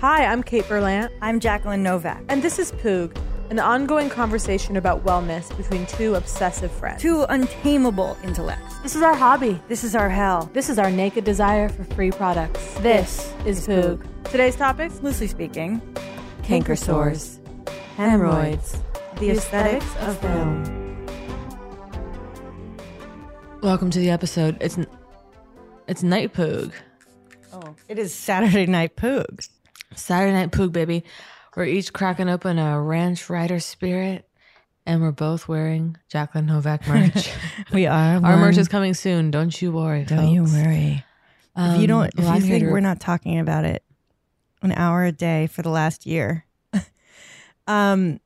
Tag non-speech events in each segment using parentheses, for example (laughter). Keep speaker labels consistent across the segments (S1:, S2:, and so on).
S1: Hi, I'm Kate Berlant,
S2: I'm Jacqueline Novak.
S1: and this is Poog, an ongoing conversation about wellness between two obsessive friends.
S2: Two untamable intellects.
S1: This is our hobby.
S2: This is our hell.
S1: This is our naked desire for free products. This is Poog. Today's topics
S2: Loosely speaking,
S3: Canker sores,
S2: hemorrhoids, the aesthetics of film.
S4: Welcome to the episode. It's n- it's night poog,
S3: Oh, it is Saturday Night Poog.
S4: Saturday night poog, baby. We're each cracking open a ranch rider spirit, and we're both wearing Jacqueline Novak merch.
S3: (laughs) We are.
S4: Our
S3: one-
S4: merch is coming soon. Don't you worry.
S3: Don't you
S4: folks.
S3: worry. if
S4: Um,
S3: you don't, if
S4: well, I'm
S3: you
S4: here
S3: think
S4: to-
S3: we're not talking about it an hour a day for the last year, (laughs) um,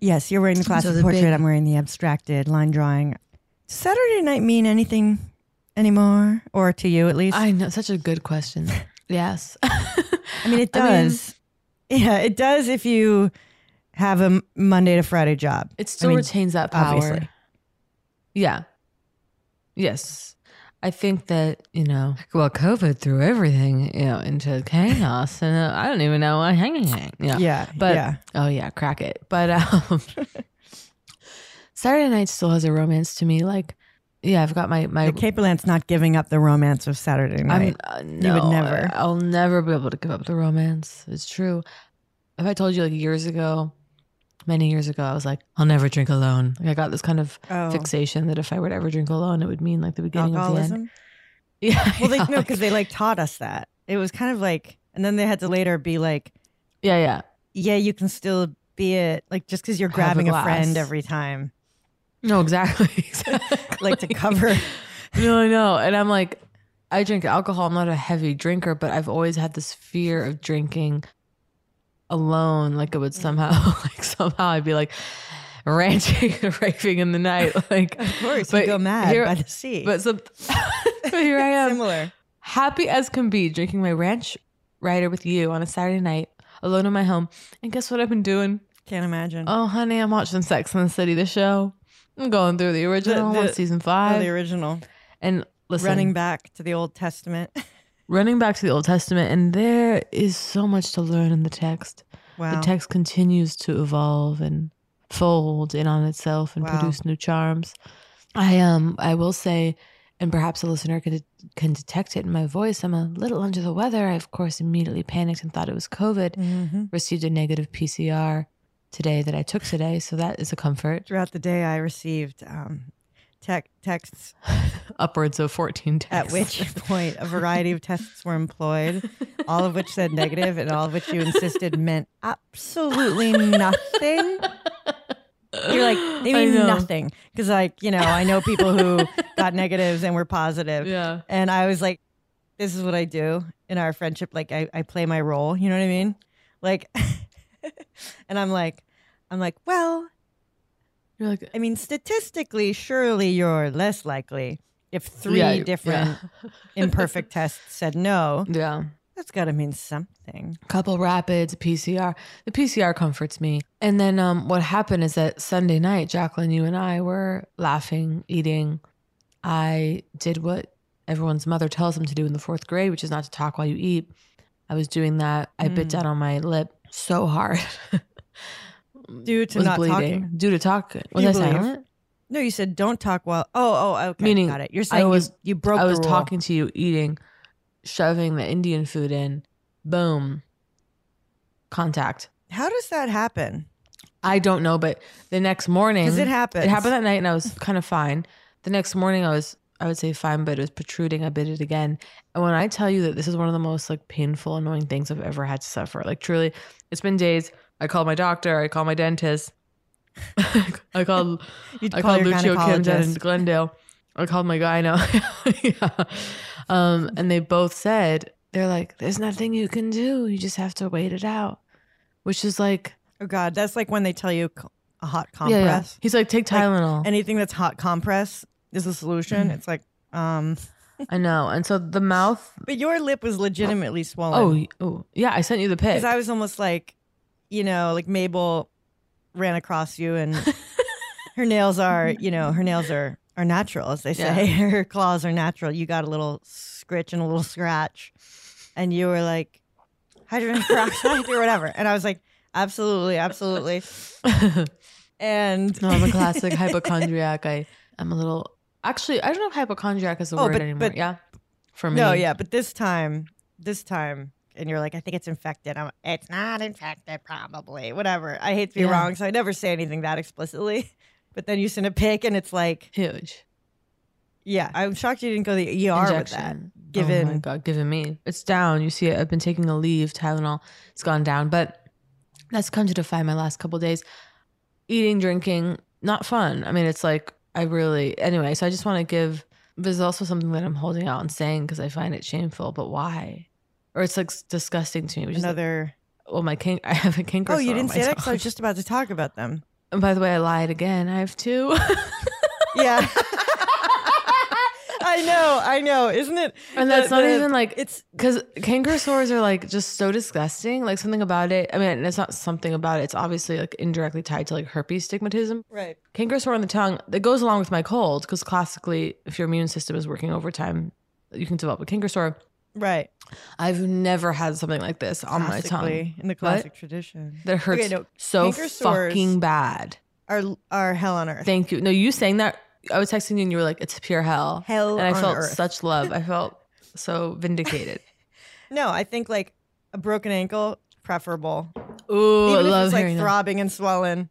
S3: yes, you're wearing the classic
S4: the
S3: portrait.
S4: big-
S3: I'm wearing the abstracted line drawing. Does Saturday night mean anything anymore, or to you at least?
S4: I know. Such a
S2: (laughs)
S4: good question. Yes. (laughs)
S3: I mean, it does. yeah, it does if you have a m- Monday to Friday job.
S4: it
S3: I
S4: still
S3: mean,
S4: retains that power.
S3: obviously.
S4: Yeah. Yes. I think that, you know, well, COVID threw everything, you know, into chaos. And uh, I don't even know why hanging it. Yeah.
S3: Yeah,
S4: But,
S3: yeah.
S4: oh, yeah, crack it. But um, (laughs) Saturday night still has a romance to me. Like, yeah, I've got my, my,
S3: The Caperland's not giving up the romance of Saturday night.
S4: I'm, uh,
S3: You would
S4: no,
S3: never.
S4: I- I'll never be able to give up the romance. It's true. If I told you like years ago, many years ago, I was like, I'll never drink alone. Like I got this kind of
S3: Oh.
S4: fixation that if I were to ever drink alone, it would mean like the beginning of
S3: Alcoholism.
S4: the end. (laughs) Yeah.
S3: Well, they
S4: yeah,
S3: no, because they like taught us that. It was kind of like, and then they had to later be like,
S4: (laughs) yeah, yeah.
S3: yeah, you can still be it. Like just because you're
S4: Have a
S3: grabbing a,
S4: glass.
S3: friend every time,
S4: No, exactly.
S3: (laughs) like to
S4: (laughs) Exactly.
S3: cover.
S4: no, I know. And I'm like, I drink alcohol. I'm not a heavy drinker, but I've always had this fear of drinking alone. Like it would somehow, (laughs) like somehow I'd be like ranting and (laughs) raving in the night. Like,
S3: Of course, (laughs) you go mad by the sea.
S4: But, (laughs) some, but
S3: (laughs)
S4: here I am,
S3: Similar.
S4: happy as can be, drinking my ranch rider with you on a Saturday night, alone in my home. And guess what I've been doing?
S3: Can't imagine.
S4: Oh, honey, I'm watching Sex and the City, the show. I'm going through the original,
S3: the-
S4: on season
S3: Oh,
S4: five.
S3: the original.
S4: and listen,
S3: Running back to the Old Testament. (laughs)
S4: running back to the Old Testament, and there is so much to learn in the text.
S3: wow.
S4: The text continues to evolve, and fold in on itself and
S3: Wow.
S4: produce new charms. I um I will say, and perhaps a listener could can detect it in my voice. I'm a little under the weather. I of course immediately panicked and thought it was COVID.
S5: Mhm.
S4: Received a negative PCR today that I took today, so that is a comfort.
S3: Throughout the day, I received um, tech texts
S4: Upwards of 14
S3: at
S4: texts.
S3: which
S4: (laughs)
S3: point a variety of tests were employed, all of which said negative, and all of which you insisted meant absolutely nothing. You're like, they
S4: I
S3: mean
S4: know.
S3: nothing. Because, like, you know, I know people who got negatives and were positive.
S4: Yeah.
S3: And I was like, this is what I do in our friendship. Like, I, I play my role. You know what I mean? Like, (laughs) and I'm like, I'm like, well,
S4: You're like,
S3: I mean, statistically, surely you're less likely if three
S4: Yeah, you-
S3: different
S4: (laughs)
S3: imperfect tests said no.
S4: Yeah.
S3: That's got to mean something.
S4: couple rapids, PCR. The PCR comforts me. And then um, what happened is that Sunday night, Jacqueline, you and I were laughing, eating. I did what everyone's mother tells them to do in the fourth grade, which is not to talk while you eat. I was doing that. I bit
S3: Mm.
S4: down on my lip so hard.
S3: Due to
S4: Mm, Was
S3: not
S4: bleeding.
S3: talking.
S4: Due to talk. Was
S3: You
S4: I
S3: believe.
S4: silent?
S3: No, you said don't talk while. Oh, oh, okay.
S4: Meaning,
S3: got it. You're
S4: I
S3: saying
S4: was-
S3: you, you broke.
S4: (laughs) I
S3: the
S4: was
S3: rule.
S4: talking to you, eating, shoving the Indian food in. Boom. Contact.
S3: How does that happen?
S4: I don't know, but the next morning,
S3: 'Cause it happens.
S4: Mm-hmm. It happened that night, and I was kind of fine. The next morning, I was, I would say fine, but it was protruding. I bit it again, and when I tell you that this is one of the most like painful, annoying things I've ever had to suffer, like truly, it's been days. I called my doctor. I called my dentist. (laughs) I called.
S3: You'd
S4: I
S3: call
S4: called
S3: your
S4: Lucio Kim down in
S3: gynecologist.
S4: Glendale. I called my guy now. (laughs) yeah. um, and they both said they're like, "There's nothing you can do. You just have to wait it out," which is like.
S3: Oh God, that's like when they tell you c- a hot
S4: Yeah, yeah.
S3: compress.
S4: He's like, take
S3: Like,
S4: Tylenol. Mm-hmm.
S3: anything that's hot compress is the solution. It's like, um,
S4: I know. And so the mouth.
S3: but your lip was legitimately
S4: Oh,
S3: swollen.
S4: y- oh, yeah. I sent you the pic.
S3: because I was almost like, you know, like Mabel ran across you,
S4: (laughs)
S3: and her nails are, you know, her nails are are natural, as they say. (laughs) her claws are natural. You got a little scritch and a little scratch, and you were like
S4: (laughs)
S3: hydrogen peroxide or whatever, and I was like, absolutely,
S4: (laughs)
S3: absolutely, and
S4: no, I'm
S3: (laughs)
S4: a classic hypochondriac. I, I'm a little. Actually, I don't know if hypochondriac is a
S3: Oh,
S4: word
S3: but-
S4: anymore.
S3: but-
S4: yeah. For me.
S3: No, yeah, but this time, this time, and you're like, I think it's infected. I'm, it's not infected, probably. Whatever. I hate to be
S4: Yeah.
S3: wrong, so I never say anything that explicitly. (laughs) But then you send a pic, and it's like,
S4: Huge.
S3: yeah, I'm shocked you didn't go to the ER with that.
S4: Injection.
S3: Given,
S4: Oh my God, given me. It's down. You see it. I've been taking a leave. Tylenol. It's gone down. But that's come to define my last couple days. Eating, drinking, not fun. I mean, it's like, I really. Anyway, so I just want to give. There's also something that I'm holding out and saying because I find it shameful, but why? Or it's like s- disgusting to me. Which is
S3: another.
S4: well, my kink. I have a kink.
S3: Oh, you didn't say that because I was just about to talk about them.
S4: And by the way, I lied again. I have two. (laughs)
S3: Yeah. (laughs) I know, I know, isn't it?
S4: And that's
S3: the-
S4: not
S3: the-
S4: even like
S3: it's
S4: because canker sores are like just so disgusting. Like something about it. I mean, and it's not something about it. It's obviously like indirectly tied to like herpes stigmatism.
S3: right.
S4: Canker sore on the tongue that goes along with my cold because classically, if your immune system is working overtime, you can develop a canker sore.
S3: Right.
S4: I've never had something like this on my tongue
S3: Classically, in the classic tradition.
S4: that hurts
S3: no,
S4: so
S3: canker sores-
S4: fucking bad.
S3: Our our hell on earth.
S4: Thank you. No, you saying that. I was texting you and you were like, "It's pure hell."
S3: Hell
S4: and I
S3: on
S4: felt
S3: earth. (laughs)
S4: such love. I felt so vindicated.
S3: No, I think like a broken ankle preferable.
S4: Ooh,
S3: Even
S4: I
S3: if
S4: love
S3: it's like
S4: hearing that.
S3: throbbing and swollen.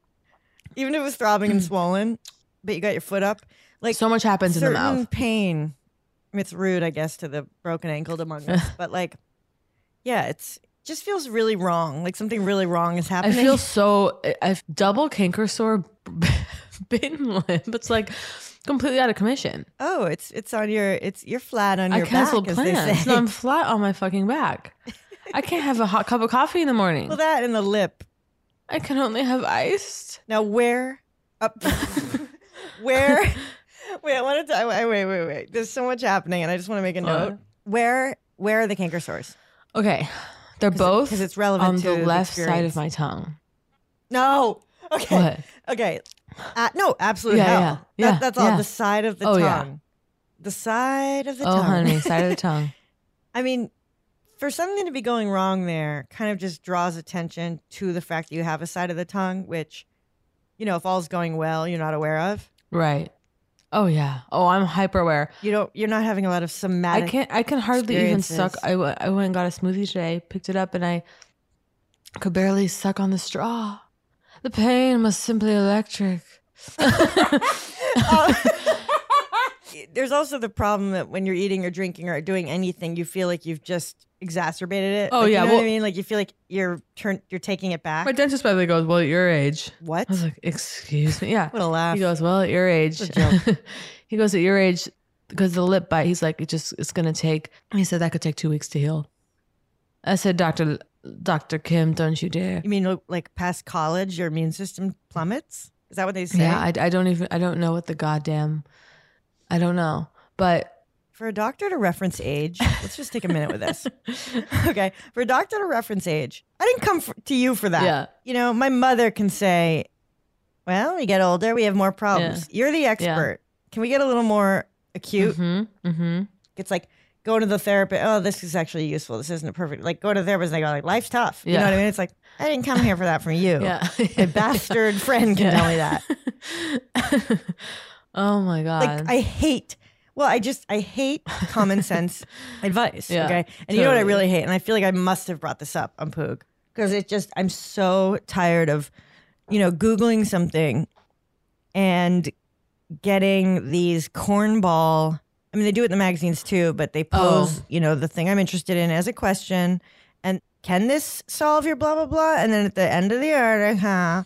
S3: Even if it's throbbing
S4: (clears throat)
S3: and swollen, but you got your foot up. Like
S4: so much happens in the
S3: certain
S4: mouth.
S3: pain. I mean, It's rude, I guess, to the broken ankled among
S4: (laughs)
S3: us, but like, yeah, it's just feels really wrong. Like something really wrong is
S4: I
S3: happening.
S4: feel so. I- I've double canker sore, (laughs) bitten lip. It's like completely out of commission.
S3: oh, it's it's on your it's you're flat on
S4: I
S3: your
S4: canceled
S3: back, as they
S4: plans.
S3: say.
S4: No, I'm flat on my fucking back. I can't have a hot cup of coffee in the
S3: (laughs)
S4: morning.
S3: well, that and the lip.
S4: I can only have iced.
S3: Now where up (laughs)
S4: (laughs)
S3: where wait, I want to wait, wait, wait, wait. There's so much happening and I just want to make a
S4: What?
S3: note. Where where are the canker sores?
S4: Okay, they're both
S3: because it's relevant
S4: on
S3: to
S4: the
S3: the
S4: left side
S3: experience.
S4: of my tongue.
S3: No. (laughs) Okay.
S4: What?
S3: Okay. Uh, no, absolute
S4: Yeah,
S3: hell.
S4: yeah,
S3: That-
S4: yeah,
S3: that's all
S4: yeah.
S3: the side of the
S4: Oh,
S3: tongue.
S4: yeah.
S3: The side of the
S4: oh,
S3: tongue.
S4: honey, side
S3: (laughs)
S4: of the tongue.
S3: I mean, for something to be going wrong there kind of just draws attention to the fact that you have a side of the tongue, which you know, if all's going well, you're not aware of.
S4: Right. Oh yeah. Oh, I'm hyper aware.
S3: You don't. You're not having a lot of
S4: I
S3: somatic.
S4: can't. I can hardly even suck.
S3: experiences.
S4: I, w- I went and got a smoothie today. Picked it up and I could barely suck on the straw. The pain was simply electric.
S3: (laughs) Um, There's also the problem that when you're eating or drinking or doing anything, you feel like you've just exacerbated it.
S4: Oh,
S3: Like,
S4: yeah,
S3: You know what I
S4: well-
S3: mean? Like you feel like you're turn. You're taking it back.
S4: My dentist by the way goes, "Well, at your age."
S3: What?
S4: I was like, "Excuse me." Yeah.
S3: What a laugh.
S4: He goes, "Well, at your age." (laughs) he goes, "At your age, because the lip bite." He's like, "It just it's gonna take." He said that could take two weeks to heal. I said, "Doctor, Doctor Kim, don't you dare."
S3: You mean look, like past college, your immune system plummets? Is that what they say?
S4: Yeah, I, I don't even I don't know what the goddamn I don't know, but
S3: For a doctor to reference age, let's just take a minute with
S4: (laughs)
S3: this. okay. For a doctor to reference age, I didn't come f to you for that.
S4: Yeah.
S3: You know, my mother can say, well, we get older, we have more problems. You're the expert. Can we get a little more acute?
S4: Mm-hmm. Mm-hmm.
S3: It's like, go to the therapist. Oh, this is actually useful. This isn't perfect. Like, go to the therapist and they go, like, life's tough. You
S4: Yeah.
S3: know what I mean? It's like, I didn't come here for that from you.
S4: Yeah.
S3: My bastard friend can
S4: Yeah.
S3: tell me that.
S4: (laughs) Oh my god.
S3: Like I hate. Well, I just I hate
S4: (laughs)
S3: common sense advice.
S4: Yeah,
S3: okay, and you know what I
S4: totally.
S3: really hate, and I feel like I must have brought this up on Poog because it just I'm so tired of, you know, googling something, and getting these cornball. I mean, they do it in the magazines too, but
S4: Oh.
S3: they pose you know the thing I'm interested in as a question, and can this solve your blah blah blah? And then at the end of the article, huh?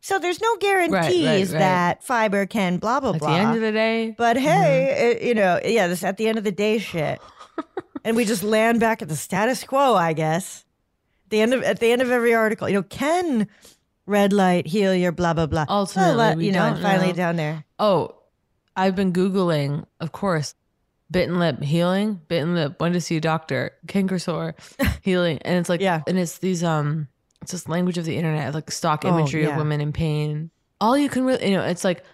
S3: So there's no guarantees
S4: right.
S3: that fiber can blah blah
S4: at
S3: blah.
S4: the end of the day, Mm-hmm.
S3: But hey, it- you know, yeah, this at the end of the day
S4: (laughs)
S3: shit. and we just land back at the status quo, I guess. The end of at the end of every article, you know, can red light heal your blah blah blah. Blah,
S4: Ultimately,
S3: blah,
S4: we
S3: you know, and
S4: don't
S3: finally
S4: know.
S3: down there.
S4: Oh, I've been Googling, of course, bitten lip healing, bitten lip, when to see a doctor,
S3: (laughs)
S4: canker sore healing. And it's like, yeah. And it's these, um, it's this language of the internet, like stock
S3: Oh,
S4: imagery
S3: yeah.
S4: of women in pain. All you can really, you know, it's like,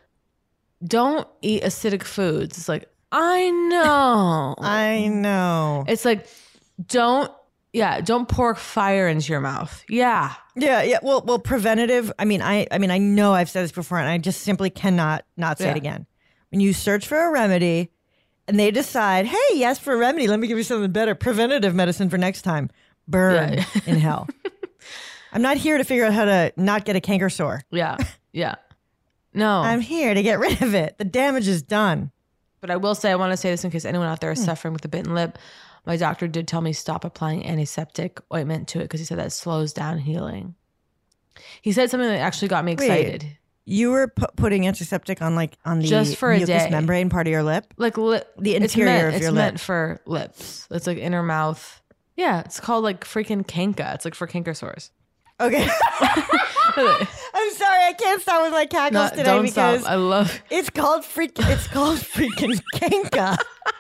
S4: don't eat acidic foods. It's like, I know.
S3: (laughs) I know.
S4: it's like, don't, yeah, don't pour fire into your mouth. Yeah.
S3: Yeah, yeah. Well, well, preventative. I mean, I, I mean, I know I've said this before, and I just simply cannot not say it
S4: Yeah.
S3: again. When you search for a remedy, and they decide, hey, yes, for a remedy, let me give you something better, preventative medicine for next time. Burn
S4: Yeah.
S3: in
S4: (laughs)
S3: hell. I'm not here to figure out how to not get a canker sore.
S4: Yeah. Yeah. No.
S3: I'm here to get rid of it. The damage is done. Hmm.
S4: But I will say, I want to say this in case anyone out there is suffering with a bitten lip. My doctor did tell me stop applying antiseptic ointment to it because he said that slows down healing. He said something that actually got me
S3: Wait.
S4: excited.
S3: You were pu- putting antiseptic on like on the
S4: Just for a
S3: mucous
S4: day.
S3: membrane part of your lip.
S4: Like lip,
S3: The
S4: it's
S3: interior
S4: meant-
S3: of your
S4: It's
S3: lip.
S4: meant for lips. It's like inner mouth. Yeah, it's called like freaking canka. It's like for canker sores. (laughs)
S3: Okay. (laughs) I'm sorry, I can't stop with my cackles
S4: Not-
S3: today
S4: don't
S3: because
S4: stop. I love.
S3: (laughs) It's called freak. It's called freaking Kenka.
S4: (laughs)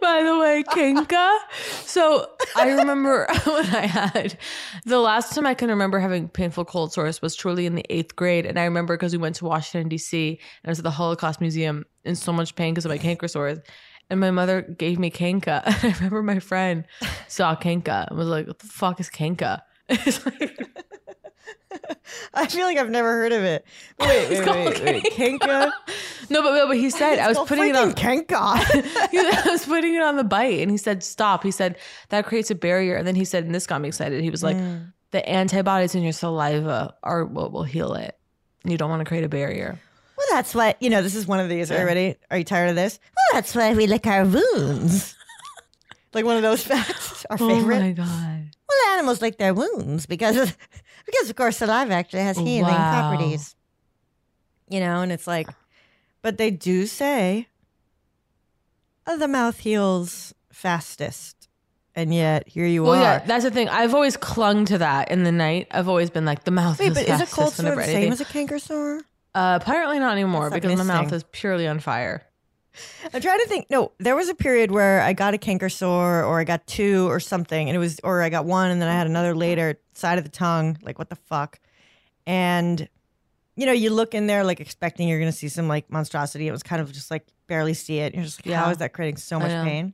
S4: By the way, Kinka. So I remember (laughs) when I had the last time I can remember having painful cold sores was truly in the eighth grade. And I remember because we went to Washington, D.C., and I was at the Holocaust Museum in so much pain because of my canker sores. And my mother gave me Kenka. (laughs) And I remember
S3: (laughs)
S4: my friend saw Kenka and was like, What the fuck is Kenka? (laughs) It's like,
S3: (laughs) I feel like I've never heard of it. Wait, wait,
S4: called
S3: wait, wait. Kenka.
S4: no, but, but he said, I was putting it on.
S3: Kenka.
S4: (laughs)
S3: (laughs)
S4: He- I was putting it on the bite and he said, Stop. He said, That creates a barrier. And then he said, And this got me excited. He was like,
S3: Mm.
S4: The antibodies in your saliva are what will heal it. You don't want to create a barrier.
S3: Well, that's why you know this is one of these. Are you ready? Are you tired of this? Well, that's why we lick our wounds. (laughs) like one of those facts. Our favorite.
S4: Oh my God.
S3: Well, animals lick their wounds because of, (laughs) because of course saliva actually has healing
S4: Wow.
S3: properties. You know, and it's like, but they do say uh, the mouth heals fastest, and yet here you
S4: Well,
S3: are.
S4: yeah, that's the thing. I've always clung to that in the night. I've always been like, The mouth
S3: Wait,
S4: is
S3: but is a
S4: fastest
S3: cold sore
S4: whenever
S3: the
S4: anything-
S3: same as a canker sore?
S4: uh, Apparently not anymore
S3: That's like
S4: because my mouth
S3: misting.
S4: is purely on fire.
S3: I'm trying to think. No, there was a period where I got a canker sore, or I got two, or something, and it was, or I got one, and then I had another later, side of the tongue. Like what the fuck? And you know, you look in there like expecting you're gonna see some like monstrosity. It was kind of just like barely see it. You're just like, how
S4: Yeah.
S3: is that creating so
S4: I
S3: much
S4: know.
S3: pain?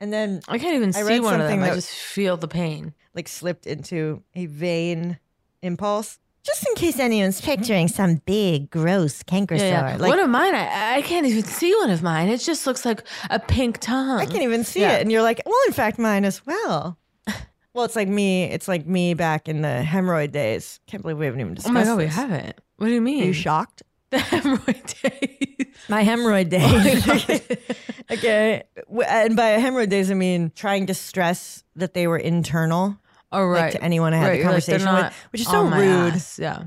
S3: And then
S4: I can't even
S3: I
S4: see
S3: read
S4: one of them.
S3: something
S4: I
S3: that-
S4: just feel the pain.
S3: like slipped into a vain impulse.
S6: Just in case anyone's picturing some big, gross canker
S4: Yeah, yeah.
S6: sore. Like,
S4: one of mine, I, I can't even see one of mine. It just looks like a pink tongue.
S3: I can't even see it. And you're like, well, in fact, mine as
S4: (laughs)
S3: well. Well, it's like me. It's like me back in the hemorrhoid days. Can't believe we haven't even discussed.
S4: Oh my God, we
S3: this.
S4: haven't. What do you mean?
S3: Are you
S4: (laughs)
S3: shocked? The hemorrhoid days.
S4: Oh
S3: My hemorrhoid days. (laughs) okay, W- and by hemorrhoid days, I mean trying to stress that they were internal.
S4: Oh
S3: like,
S4: right.
S3: to anyone I had
S4: Right,
S3: a
S4: you're like, they're
S3: conversation
S4: not
S3: with, which is so
S4: on my
S3: rude.
S4: ass. Yeah.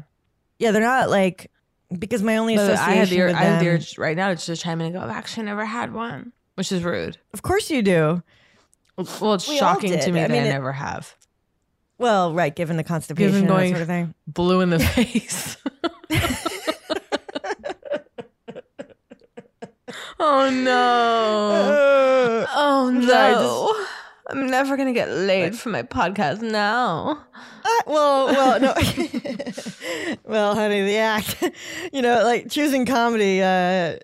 S3: Yeah, they're not like because my only
S4: But
S3: association
S4: I had the,
S3: with
S4: I had the
S3: them-
S4: urge right now to just chime in and go, I've actually never had one, which is rude.
S3: Of course you do.
S4: Well, it's
S3: We all
S4: shocking
S3: did.
S4: to me
S3: I
S4: that
S3: mean,
S4: I
S3: it-
S4: never have.
S3: Well, right, given the constipation
S4: Given
S3: and that
S4: going
S3: sort of thing.
S4: blue in the
S3: (laughs)
S4: (laughs) face. oh no.
S3: Uh,
S4: Oh
S3: I'm
S4: no.
S3: sorry,
S4: I'm never going to get laid for my podcast now.
S3: Uh, well, well, no. (laughs) well, honey, the act, (laughs) you know, like choosing comedy uh,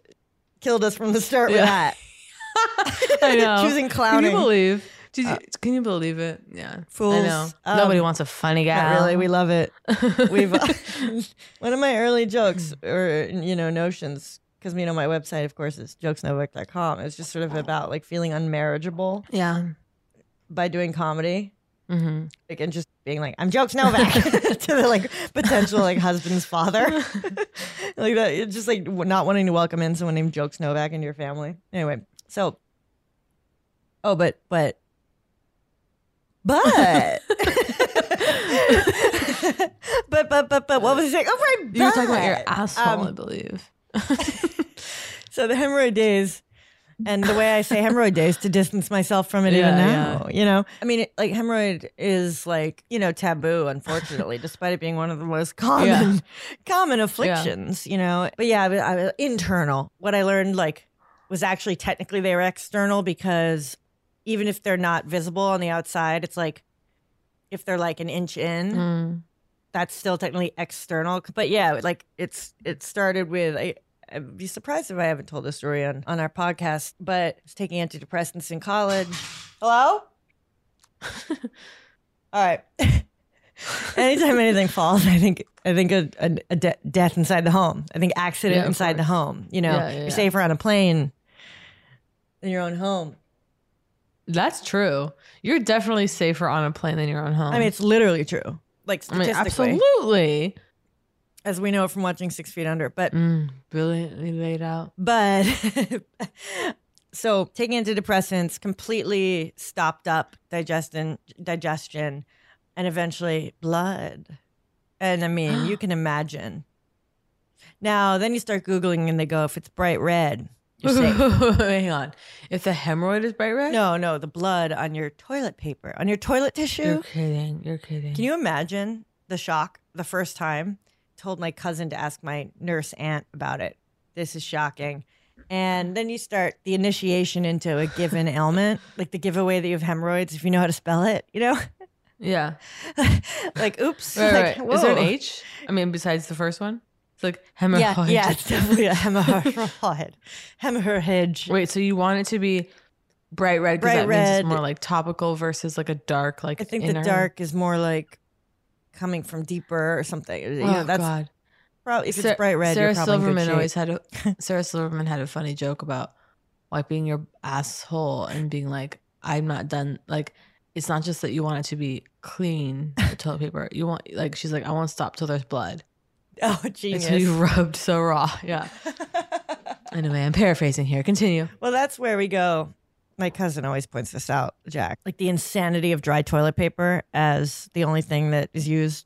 S3: killed us from the start with
S4: Yeah.
S3: that.
S4: (laughs) I know.
S3: (laughs) Choosing
S4: Can
S3: clowning. Uh,
S4: you believe? Did you, can you believe it? Yeah. I
S3: Fools.
S4: know.
S3: Um,
S4: Nobody wants a funny guy.
S3: Not really. We love it.
S4: (laughs)
S3: We've (laughs) one of my early jokes or you know notions because you know my website, of course, is jokesnovik.com. It's just sort of about like feeling unmarriageable.
S4: Yeah.
S3: By doing comedy.
S4: Mm-hmm.
S3: Like, and just being like, I'm Jokes Novak (laughs)
S4: (laughs)
S3: to the like potential like husband's father, like that. it's Just like w- not wanting to welcome in someone named Jokes Novak into your family. Anyway, so oh, but but but (laughs) but but but but what was I saying? Oh, right,
S4: You were talking about your
S3: but.
S4: asshole, I
S3: Um,
S4: believe.
S3: (laughs) so the hemorrhoid days, and the way I say hemorrhoid days to distance myself from it even
S4: Yeah,
S3: now, you know. I mean, it, like hemorrhoid is like you know taboo, unfortunately, despite it being one of the most common
S4: Yeah.
S3: (laughs) common afflictions, you know. But yeah, I was, I was internal. What I learned like was actually technically they were external because even if they're not visible on the outside, it's like if they're like an inch in that's still technically external but yeah like it's it started with I, i'd be surprised if i haven't told this story on on our podcast but I was taking antidepressants in
S4: (laughs)
S3: college (laughs) hello all right (laughs) anytime anything falls i think i think a, a, a de- death inside the home i think accident
S4: Yeah, of
S3: inside the home you know
S4: Yeah, yeah,
S3: you're
S4: yeah.
S3: safer on a plane than your own home
S4: That's true. You're definitely safer on a plane than your own home.
S3: i mean it's literally true like
S4: I mean,
S3: statistically
S4: absolutely.
S3: as we know from watching six feet under but
S4: Mm, brilliantly laid out.
S3: But (laughs) so taking antidepressants completely stopped up digestion, digestion, and eventually blood. And I mean, you can imagine. Now, then you start googling, and they go, if it's bright red, you're safe.
S4: (laughs) Hang on. If the hemorrhoid is bright red?
S3: no, no, the blood on your toilet paper, on your toilet tissue.
S4: You're kidding. You're kidding.
S3: Can you imagine the shock the first time? Told my cousin to ask my nurse aunt about it. This is shocking. And then you start the initiation into a
S4: (laughs)
S3: given ailment, like the giveaway that you have hemorrhoids if you know how to spell it, you know?
S4: Yeah.
S3: (laughs) like, oops.
S4: Right,
S3: like,
S4: right. Is there an
S3: whoa.
S4: H? I mean, besides the first one? It's like
S3: Yeah,
S4: hemorrhoid.
S3: yeah, it's definitely
S4: (laughs)
S3: a hemorrhoid. hemorrhoid.
S4: Wait, so you want it to be bright red because
S3: Bright
S4: that means
S3: red.
S4: it's more like topical versus like a dark, like
S3: I think
S4: inner.
S3: the dark is more like coming from deeper or something. You
S4: Oh,
S3: know, that's
S4: God.
S3: probably if it's
S4: Sa-
S3: bright red.
S4: Sarah
S3: you're probably in good
S4: Silverman
S3: shape.
S4: always had a
S3: (laughs)
S4: Sarah Silverman had a funny joke about wiping your asshole and being like, "I'm not done." Like, it's not just that you want it to be clean
S3: (laughs)
S4: the toilet paper. You want like she's like, "I won't stop till there's blood."
S3: Oh,
S4: It's
S3: genius.
S4: who you (laughs) rubbed so raw.
S3: (laughs)
S4: Yeah. anyway, I'm paraphrasing here. Continue.
S3: Well, that's where we go. My cousin always points this out, Jack. Like the insanity of dry toilet paper as the only thing that is used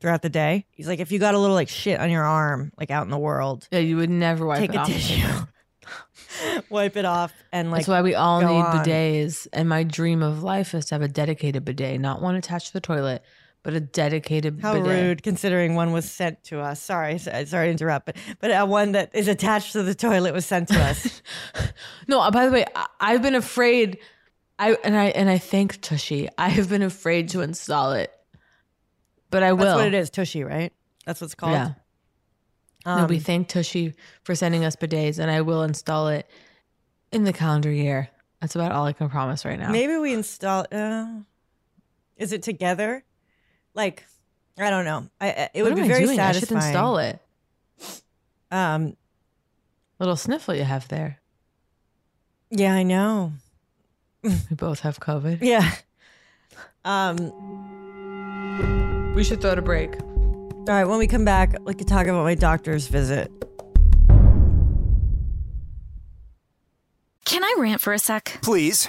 S3: throughout the day. He's like, if you got a little like shit on your arm, like out in the world,
S4: Yeah, you would never wipe
S3: take
S4: it
S3: a
S4: off.
S3: tissue, (laughs) wipe it off, and like
S4: That's why we all
S3: go
S4: need
S3: on.
S4: bidets. And my dream of life is to have a dedicated bidet, not one attached to the toilet, but a dedicated
S3: How
S4: bidet.
S3: rude, considering one was sent to us. Sorry, s- uh, sorry to interrupt, but but uh, one that is attached to the toilet was sent to us.
S4: (laughs) No, uh, by the way, I, I've been afraid. I and I and I thank Tushy. I have been afraid to install it, but I will.
S3: That's what it is, Tushy, right? That's what it's called. Um,
S4: Yeah. no, we thank Tushy for sending us bidets, and I will install it in the calendar year. That's about all I can promise right now.
S3: Maybe we install. Uh, is it together? Like, I don't know. I, I- it would
S4: What am
S3: be
S4: I
S3: very
S4: doing? I should
S3: satisfying.
S4: install it.
S3: Um,
S4: little sniffle you have there.
S3: Yeah, I know.
S4: We both have COVID.
S3: (laughs) Yeah. Um,
S4: we should throw it a break.
S3: All right, when we come back, we could talk about my doctor's visit.
S7: Can I rant for a sec?
S8: Please.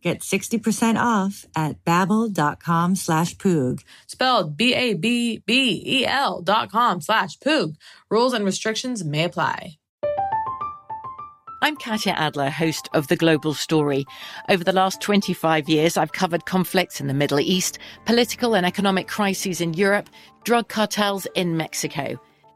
S2: Get 60% off at babbel.com slash poog.
S9: Spelled B-A-B-B-E-L E dot com slash poog. Rules and restrictions may apply.
S10: I'm Katya Adler, host of The Global Story. Over the last 25 years, I've covered conflicts in the Middle East, political and economic crises in Europe, drug cartels in Mexico.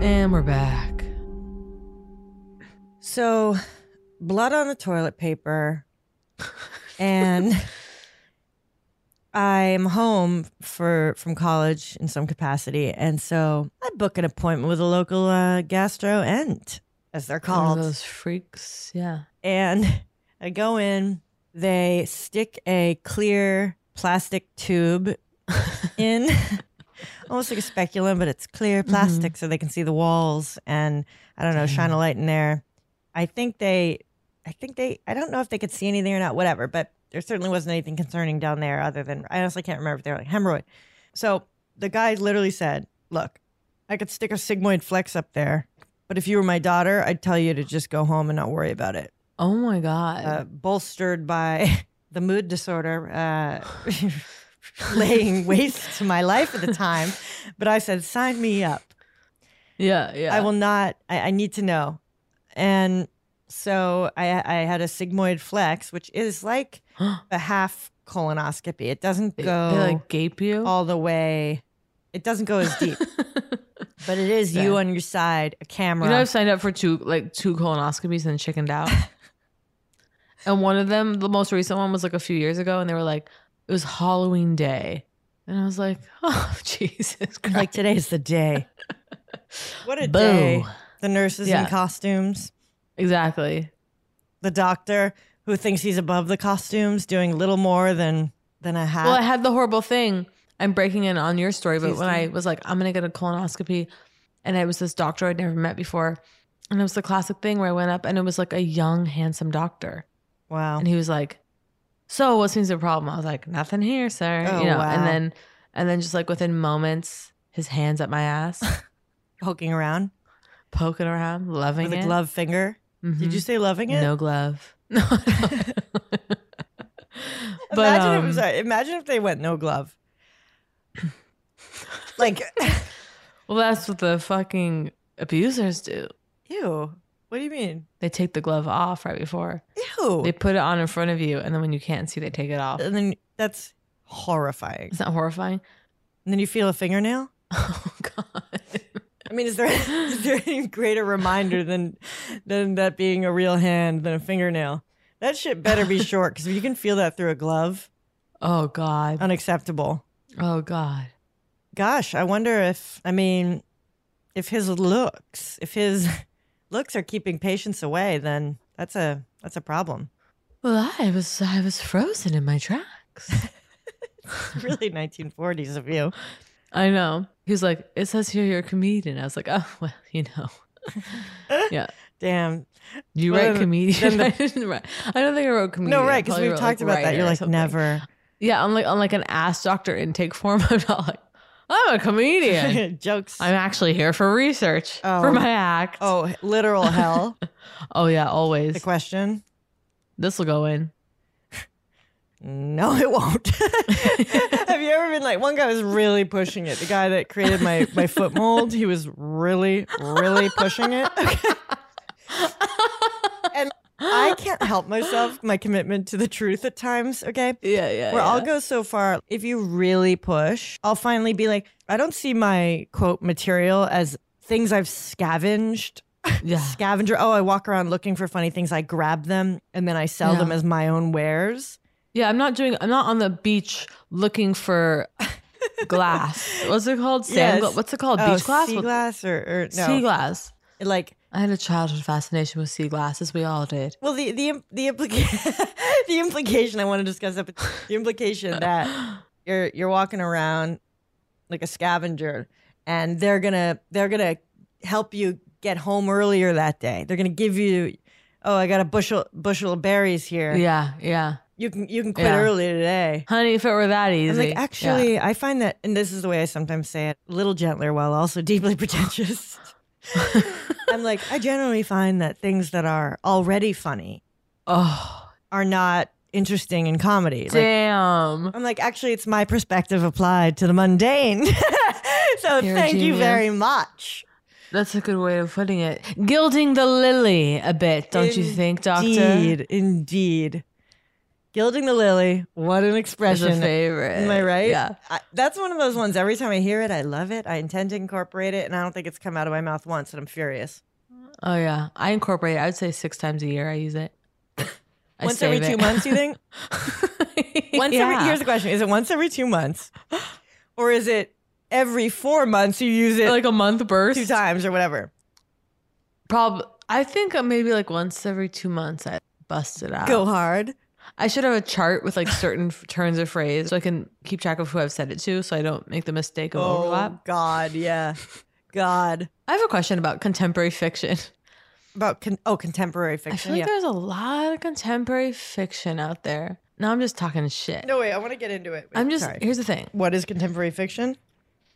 S4: And we're back.
S3: So, blood on the toilet paper, and I'm home for from college in some capacity, and so I book an appointment with a local uh, gastroent, as they're
S4: One of
S3: called.
S4: those freaks, yeah.
S3: And I go in. They stick a clear plastic tube in, almost like a speculum, but it's clear
S4: Mm-hmm.
S3: plastic, so they can see the walls. And I don't know, shine a light in there. I think they, I think they, I don't know if they could see anything or not. Whatever, but there certainly wasn't anything concerning down there other than I honestly can't remember if they were like hemorrhoid. So the guy literally said, "Look, I could stick a sigmoid flex up there, but if you were my daughter, I'd tell you to just go home and not worry about it."
S4: Oh my
S3: (laughs)
S4: god!
S3: Uh, bolstered by the mood disorder uh, (laughs)
S4: (laughs)
S3: laying waste to my life at the time. But I said, sign me up.
S4: Yeah, yeah.
S3: I will not. I, I need to know. And so I, I had a sigmoid flex, which is
S4: (gasps)
S3: like a half colonoscopy. It doesn't
S4: They- they,
S3: go
S4: like, gape you
S3: all the way. It doesn't go as
S4: (laughs)
S3: deep, but it is you
S4: Yeah.
S3: on your side, a
S4: You
S3: camera.
S4: know, I've signed up for two like two colonoscopies and
S3: (laughs)
S4: chickened out. and one of them, the most recent one, was like a few years ago, and they were like, it was Halloween day, and I was like, oh Jesus Christ!
S3: like today's the day. what a
S4: Boo.
S3: day! The nurses in
S4: Yeah.
S3: costumes,
S4: exactly.
S3: The doctor who thinks he's above the costumes, doing little more than than a hat.
S4: Well, I had the horrible thing. I'm breaking in on your story, but
S3: Please
S4: when
S3: do.
S4: I was like, I'm gonna get a colonoscopy, and it was this doctor I'd never met before, and it was the classic thing where I went up and it was like a young, handsome doctor,
S3: wow.
S4: and he was like, "So, what seems the problem?" I was like, "Nothing here, sir,"
S3: Oh,
S4: you know,
S3: wow.
S4: and then, and then just like within moments, his hands up my ass,
S3: (laughs) poking around,
S4: poking around, loving
S3: with
S4: it.
S3: a glove finger. Did you
S4: Mhm.
S3: say loving it? (laughs)
S4: No glove. (laughs) but,
S3: imagine, if,
S4: um,
S3: sorry, imagine if they went no glove. like,
S4: Well, that's what the fucking abusers do.
S3: ew. What do you mean?
S4: They take the glove off right before.
S3: Ew.
S4: They put it on in front of you, and then when you can't see, they take it off.
S3: and then that's horrifying.
S4: Is that horrifying? (laughs)
S3: And then you feel a fingernail. Oh God. I mean, is there (laughs) is there any greater reminder than than that being a real hand than a fingernail? That shit better (laughs) be short because if you can feel that through a glove,
S4: Oh God.
S3: unacceptable.
S4: Oh God.
S3: Gosh, I wonder if I mean, if his looks, if his looks are keeping patients away, then that's a that's a problem.
S4: Well, I was I was frozen in my tracks.
S3: It's (laughs) really 1940s of you.
S4: I know. He was like, "It says here you're a comedian." I was like, "Oh (laughs) well, you know."
S3: (laughs)
S4: yeah.
S3: Damn.
S4: You
S3: Well,
S4: write
S3: then-
S4: comedian. (laughs)
S3: then the-
S4: I didn't write. I don't think I wrote comedian.
S3: No,
S4: I
S3: right? Because
S4: probably
S3: we've
S4: wrote,
S3: talked about that.
S4: writer
S3: You're
S4: or
S3: like
S4: something. (laughs)
S3: never.
S4: Yeah, on like on like an ass doctor intake form. (laughs) I'm not Oh, like I'm a comedian.
S3: Jokes.
S4: I'm actually here for research for my act.
S3: Oh, literal hell.
S4: (laughs) Oh yeah, always.
S3: the question?
S4: This will go in.
S3: No, (laughs) it
S4: (laughs)
S3: won't. Have you ever been like one guy was really pushing it? The guy that created my my foot mold, he was really really pushing it. Okay. and I can't help myself, my commitment to the truth at times. Okay,
S4: Yeah, (laughs) yeah.
S3: where I'll
S4: yeah.
S3: go so far. If you really push, I'll finally be like, I don't see my quote material as things I've scavenged.
S4: (laughs) Yeah.
S3: Scavenger. Oh, I walk around looking for funny things. I grab them and then I sell them
S4: Yeah.
S3: as my own wares.
S4: Yeah, I'm not doing. I'm not on the beach looking for
S3: (laughs)
S4: glass. What's it called? Sand.
S3: Yes.
S4: gla- What's it called?
S3: Oh,
S4: beach glass.
S3: Sea
S4: What-
S3: glass or, or no.
S4: Sea glass.
S3: Like
S4: I had a childhood fascination with sea glass, as we all did.
S3: well the the im- the implica- the implication I want to discuss that, but the implication that you're you're walking around like a scavenger and they're going to they're going to help you get home earlier that day. They're going to give you oh, I got a bushel bushel of berries here.
S4: Yeah, yeah.
S3: You can you can quit
S4: Yeah.
S3: early today.
S4: Honey, if it were that easy.
S3: I'm like,
S4: Yeah.
S3: actually, I find that, and this is the way I sometimes say it, a little gentler while also deeply (laughs)
S4: (laughs)
S3: pretentious. I'm like, I generally find that things that are already funny
S4: Oh,
S3: are not interesting in comedy. Like,
S4: damn.
S3: I'm like, actually, it's my perspective applied to the mundane. (laughs) so
S4: You're a
S3: thank you
S4: genius.
S3: very much.
S4: That's a good way of putting it. Gilding the lily a bit, don't you think, Doctor?
S3: Indeed, indeed. Gilding the lily, what an
S4: Is
S3: expression.
S4: a favorite.
S3: Am I right?
S4: Eh, Yeah.
S3: (laughs)
S4: (laughs)
S3: I, that's one of those ones. Every time I hear it, I love it. I intend to incorporate it, and I don't think it's come out of my mouth once, and I'm furious.
S4: Oh yeah. I incorporate. it. I would say six times a year. I use it. I
S3: once every
S4: save
S3: two
S4: it. Ah.
S3: months, you think? once
S4: Yeah.
S3: every, here's the question: Is it once every two months, or is it every four months? You (laughs) use it
S4: like a month burst.
S3: two times or whatever.
S4: Probably. I think uh, maybe like once every two months I bust it out.
S3: Go hard.
S4: I should have a chart with like certain f- turns of phrase so I can keep track of who I've said it to so I don't make the mistake of
S3: Oh
S4: overlap.
S3: God, yeah, God.
S4: I have a question about contemporary fiction.
S3: About con- oh, contemporary
S4: I
S3: fiction.
S4: feel like
S3: yeah.
S4: there's a lot of contemporary fiction out there. Now I'm just talking shit.
S3: No wait, I want to get into it.
S4: I'm just,
S3: Sorry.
S4: here's the thing.
S3: What is contemporary fiction?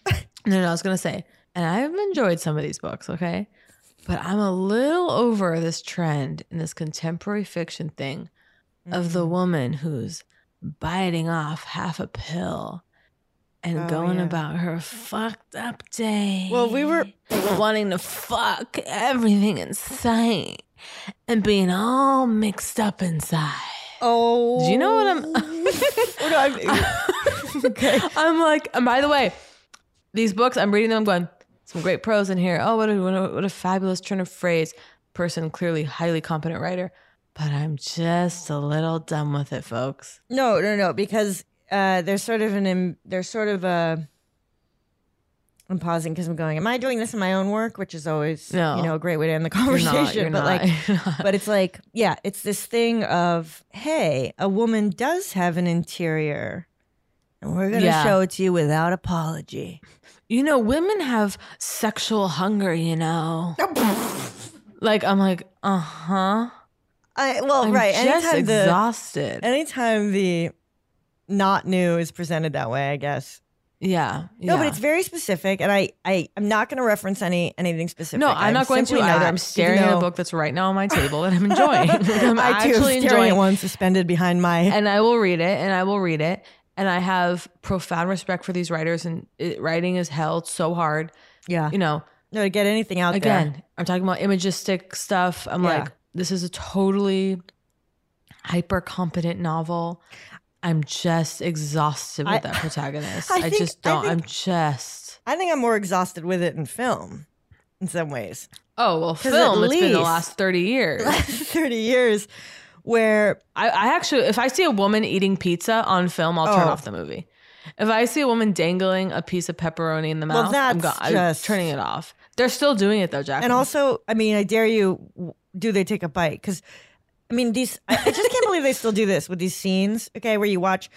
S4: No, no, I was going to say, and I've enjoyed some of these books, okay? But I'm a little
S3: Mm-hmm.
S4: over this trend in this contemporary fiction thing of the woman who's biting off half a pill and
S3: Oh,
S4: going
S3: yeah.
S4: about her fucked up day.
S3: Well, we were
S4: wanting to fuck everything in sight and being all mixed up inside.
S3: Oh,
S4: do you know what I'm? (laughs) okay. I'm like, and by the way, these books I'm reading them. I'm going some great prose in here. Oh, what a what a, what a fabulous turn of phrase. Person clearly highly competent writer, but I'm just a little dumb with it, folks.
S3: No, no, no, because uh, there's sort of an im- there's sort of a. I'm pausing because I'm going. Am I doing this in my own work? Which is always
S4: No.
S3: you know a great way to end the
S4: You're not,
S3: conversation.
S4: you're
S3: but
S4: not,
S3: like, but it's like yeah, it's this thing of hey, a woman does have an interior, and we're gonna
S4: Yeah.
S3: show it to you without apology.
S4: You know, women have sexual hunger. You know, like I'm like, uh huh.
S3: I well,
S4: I'm
S3: right.
S4: just
S3: anytime the-
S4: exhausted.
S3: anytime the not new is presented that way, I guess.
S4: Yeah.
S3: No, but
S4: yeah.
S3: it's very specific, and I, I, I'm not going to reference any anything specific.
S4: No, I'm, not going to
S3: simply
S4: either.
S3: not,
S4: I'm staring
S3: even
S4: at a
S3: though
S4: book that's right now on my table that I'm
S3: (laughs)
S4: enjoying. Like, I'm
S3: I too am
S4: actually
S3: staring at
S4: enjoying
S3: one suspended behind my.
S4: And I will read it, and I will read it, and I have profound respect for these writers. And it, writing is held so hard.
S3: Yeah.
S4: You know.
S3: No, to get anything out there.
S4: again. I'm talking about imagistic stuff. I'm
S3: Yeah.
S4: like, this is a totally hyper competent novel. I'm just exhausted with
S3: I-
S4: that
S3: (laughs)
S4: protagonist.
S3: I
S4: I,
S3: think-
S4: just
S3: I
S4: don't. I'm
S3: think-
S4: just.
S3: I think I'm more exhausted with it in film, in some ways.
S4: Oh well,
S3: 'Cause at
S4: film. It's been the
S3: least-
S4: last
S3: (laughs)
S4: thirty years.
S3: Thirty years, where
S4: I, I actually, if I see a woman eating pizza on film, I'll turn
S3: Oh.
S4: off the movie. If I see a woman dangling a piece of pepperoni in the
S3: Well,
S4: mouth, I'm,
S3: that's
S4: go- I'm
S3: just-
S4: turning it off. They're still doing it though, Jack.
S3: and also, I mean, I dare you. w- Do they take a bite? Because, I mean, these. I, I just can't believe they still do this with these scenes. Okay, where you watch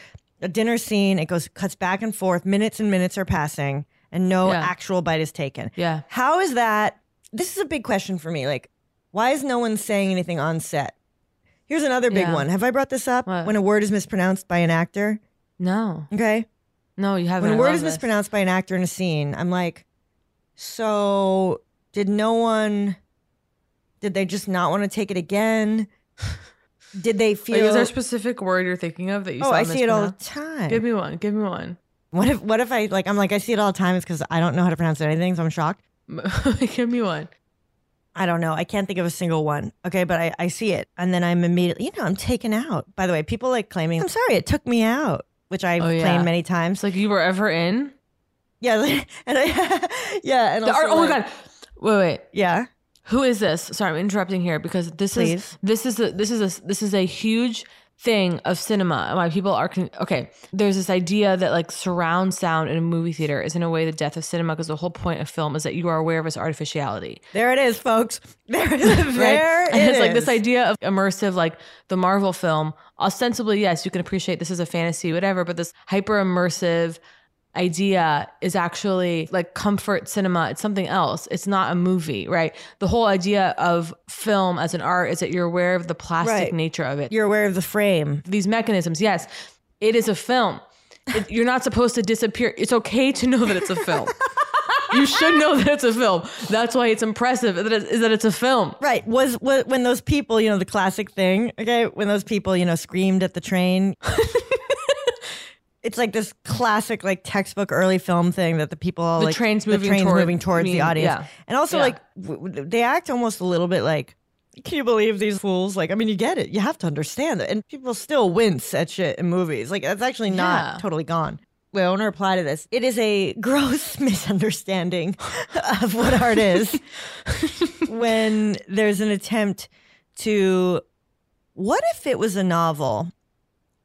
S3: a dinner scene, it goes cuts back and forth. Minutes and minutes are passing, and no
S4: Yeah.
S3: actual bite is taken.
S4: yeah,
S3: How is that? This is a big question for me. Like, why is no one saying anything on set? Here's another big
S4: Yeah.
S3: one. Have I brought this up? When a word is mispronounced by an actor.
S4: no,
S3: Okay.
S4: no, you haven't.
S3: When a
S4: I
S3: word
S4: love
S3: is
S4: this.
S3: mispronounced by an actor in a scene, I'm like, so did no one, did they just not want to take it again? Did they feel.
S4: Like, is there a specific word you're thinking of that you?
S3: Oh,
S4: saw
S3: I see it all the
S4: mispronounced?
S3: time.
S4: Give me one. Give me one.
S3: what if what if I like I'm like I see it all the time. It's because I don't know how to pronounce anything, so I'm shocked.
S4: (laughs) Give me one.
S3: I don't know. I can't think of a single one. Okay, but I, I see it. And then I'm immediately, you know, I'm taken out. By the way, people like claiming, I'm sorry, it took me out, which I've
S4: Oh, yeah.
S3: claimed many times.
S4: It's like you were ever in.
S3: Yeah. like- And I, yeah. And
S4: The
S3: also,
S4: art- oh my
S3: like-
S4: god. Wait, wait.
S3: Yeah.
S4: Who is this? Sorry, I'm interrupting here because this
S3: Please.
S4: is this is a, this is a, this is a huge thing of cinema and why people are con- okay. There's this idea that like surround sound in a movie theater is in a way the death of cinema because the whole point of film is that you are aware of its artificiality.
S3: There it is, folks. (laughs) There, there
S4: (laughs) and
S3: it
S4: it's like this
S3: is.
S4: idea of immersive, like the Marvel film. Ostensibly, yes, you can appreciate this is a fantasy, whatever, but this hyper immersive idea uh, is actually like comfort cinema. It's something else. It's not a movie, right? The whole idea of film as an art is that you're aware of the plastic
S3: Right.
S4: nature of it.
S3: You're aware of the frame.
S4: These mechanisms, yes, it is a film. It- you're not supposed to disappear. It's okay to know that it's
S3: (laughs)
S4: a film. you should know that it's a film. That's why it's impressive that it- is that it's a film.
S3: Right. Was, was when those people, you know, the classic thing, okay, when those people, you know, screamed at the
S4: (laughs)
S3: train. it's like this classic, like textbook early film thing that the people all
S4: The
S3: like
S4: train's
S3: the
S4: moving
S3: train's
S4: toward-
S3: moving towards
S4: mean,
S3: the audience.
S4: yeah.
S3: And also,
S4: Yeah.
S3: like, w- w- they act almost a little bit like, can you believe these fools? Like, I mean, you get it. You have to understand it. And people still wince at shit in movies. Like, that's actually not
S4: Yeah.
S3: totally gone. Wait, I want to reply to this. It is a gross misunderstanding (laughs) of what art
S4: (laughs)
S3: is when there's an attempt to what if it was a novel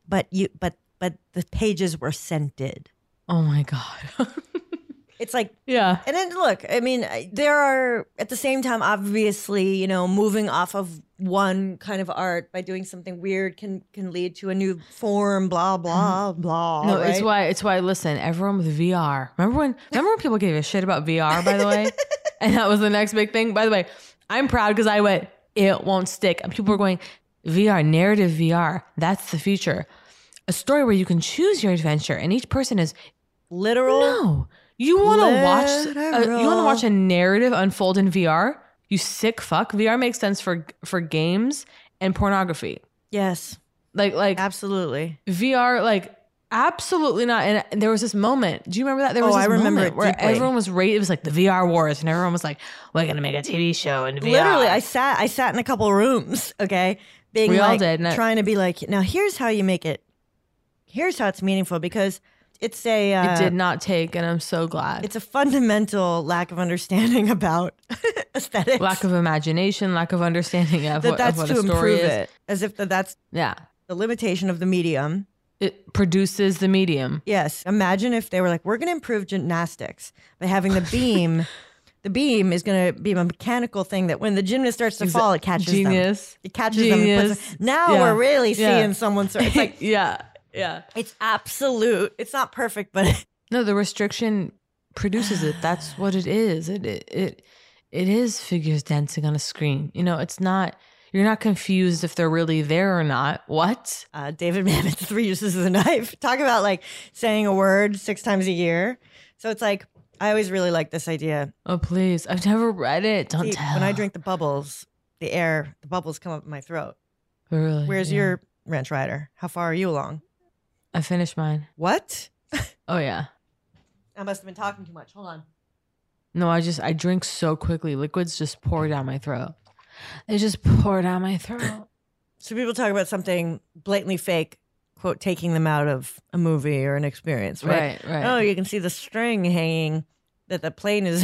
S3: but you but but the pages were scented
S4: Oh my god. (laughs)
S3: it's like
S4: yeah.
S3: and then look i mean I- there are at the same time obviously you know moving off of one kind of art by doing something weird can can lead to a new form blah blah blah
S4: Mm-hmm. No, it's
S3: right?
S4: why it's why listen, everyone with VR. Remember when remember when people gave a shit about VR, by the
S3: (laughs)
S4: way? and that was the next big thing. By the way, I'm proud because I went, it won't stick. And people were going, VR, narrative VR, that's the future. A story where you can choose your adventure and each person is
S3: literal
S4: No. You wanna watch a, you wanna
S3: Literal.
S4: watch a narrative unfold in VR? You sick fuck. VR makes sense for for games and pornography.
S3: yes
S4: Like like
S3: absolutely
S4: VR like absolutely not. And there was this moment. Do you remember that? There was
S3: Oh,
S4: this
S3: I remember
S4: moment
S3: it
S4: where
S3: deeply.
S4: everyone was ra- It was like the VR wars, and everyone was like, "We're gonna make a TV show in VR."
S3: Literally, I sat I sat in a couple rooms, okay? Being
S4: We all
S3: like,
S4: did, and it-
S3: trying to be like, now here's how you make it. Here's how it's meaningful because it's a uh,
S4: it did not take, and I'm so glad.
S3: it's a fundamental lack of understanding (laughs) about aesthetics.
S4: lack of imagination, lack of understanding of
S3: that
S4: what,
S3: that's
S4: of what
S3: to
S4: a story
S3: improve
S4: is.
S3: it. As if that that's
S4: Yeah,
S3: the limitation of the medium.
S4: it produces the medium.
S3: Yes. Imagine if they were like, we're going to improve gymnastics by having the beam. the beam is going to be a mechanical thing that when the gymnast starts to
S4: Exa-
S3: fall, it catches them.
S4: Genius.
S3: It catches them. And puts
S4: Genius.
S3: them. Now
S4: Yeah.
S3: we're really
S4: Yeah.
S3: seeing someone. Sort it's like
S4: (laughs) yeah, yeah.
S3: It's absolute. It's not perfect, but (laughs)
S4: No, the restriction produces it.
S3: (sighs)
S4: That's what it is. It it it, it is figures dancing on a screen. You know, it's not. You're not confused if they're really there or not. What?
S3: uh, David (laughs) Mamet's Three Uses of the Knife. Talk about like saying a word six times a year. So it's like I always really like this idea.
S4: Oh please! I've never read it. Don't
S3: See,
S4: tell.
S3: When I drink the bubbles, the air, the bubbles come up my throat.
S4: But really,
S3: Where's
S4: yeah.
S3: your ranch rider? How far are you along?
S4: I finished mine.
S3: What?
S4: Oh yeah.
S3: I must have been talking too much. Hold on.
S4: No, I just I drink so quickly. Liquids just pour down my throat. They just pour down my throat.
S3: So people talk about something blatantly fake, quote, taking them out of a movie or an experience, right?
S4: Right, right.
S3: Oh, you can see the string hanging that the plane is,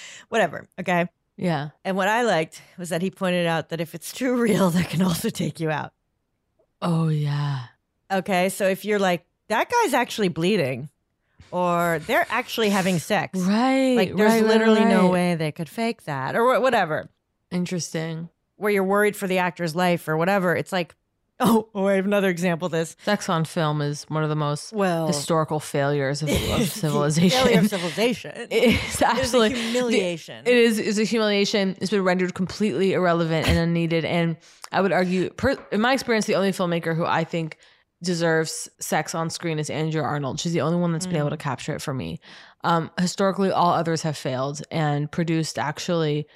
S3: (laughs) whatever. Okay.
S4: Yeah.
S3: And what I liked was that he pointed out that if it's too real, (laughs) that can also take you out.
S4: Oh yeah.
S3: Okay. So if you're like, that guy's actually bleeding or they're actually having sex.
S4: Right.
S3: Like there's
S4: right, right,
S3: literally no
S4: right.
S3: way they could fake that or wha- whatever.
S4: Interesting.
S3: Where you're worried for the actor's life or whatever. It's like, (laughs) oh, oh I have another example of this.
S4: Sex on film is one of the most
S3: Well-
S4: historical failures of, of
S3: (laughs) It's the
S4: civilization.
S3: Failure of civilization.
S4: (laughs) It is absolutely
S3: a humiliation.
S4: It is is a humiliation. It's been rendered completely irrelevant and unneeded. And I would argue, per, in my experience, the only filmmaker who I think deserves sex on screen is Andrea Arnold. She's the only one that's been
S3: Mm.
S4: able to capture it for me. Um, historically, all others have failed and produced actually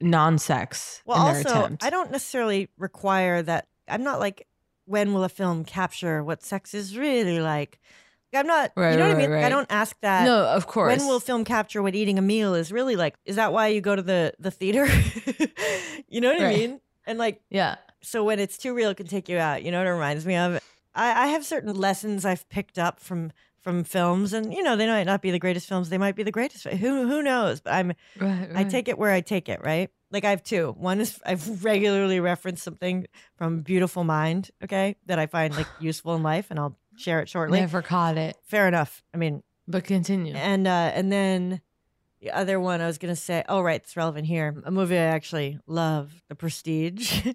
S4: non-sex
S3: well,
S4: in their
S3: also,
S4: attempt.
S3: I don't necessarily require that. I'm not like, when will a film capture what sex is really like? I'm not.
S4: Right,
S3: you know
S4: right,
S3: what I mean?
S4: right,
S3: Like, I
S4: right.
S3: don't ask that.
S4: No, of course.
S3: When will film capture what eating a meal is really like? Is that why you go to the the theater? (laughs) you know what I
S4: Right.
S3: mean? And like,
S4: yeah.
S3: so when it's too real, it can take you out. You know what it reminds me of? I, I have certain lessons I've picked up from from films, and you know they might not be the greatest films. They might be the greatest. Who who knows? But I'm
S4: Right,
S3: I take it where I take it, right? Like I have two. One is (laughs) I've regularly referenced something from Beautiful Mind, okay, that I find like useful in life, and I'll share it shortly.
S4: Never caught it,
S3: Fair enough. I mean,
S4: but continue.
S3: and uh, and then the other one I was gonna say, oh right, it's relevant here. A movie I actually love, The Prestige.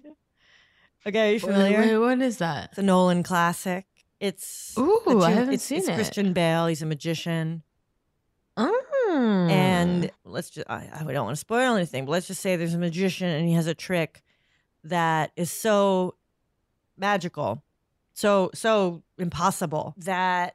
S3: (laughs) okay, are you
S4: Wait,
S3: familiar?
S4: wait, what is that?
S3: It's a Nolan classic. It's
S4: Ooh,
S3: the
S4: I haven't
S3: it's,
S4: seen
S3: it's
S4: it.
S3: Christian Bale. He's a magician,
S4: Mm.
S3: and let's just I, I don't want to spoil anything, but let's just say there's a magician and he has a trick that is so magical, so so impossible that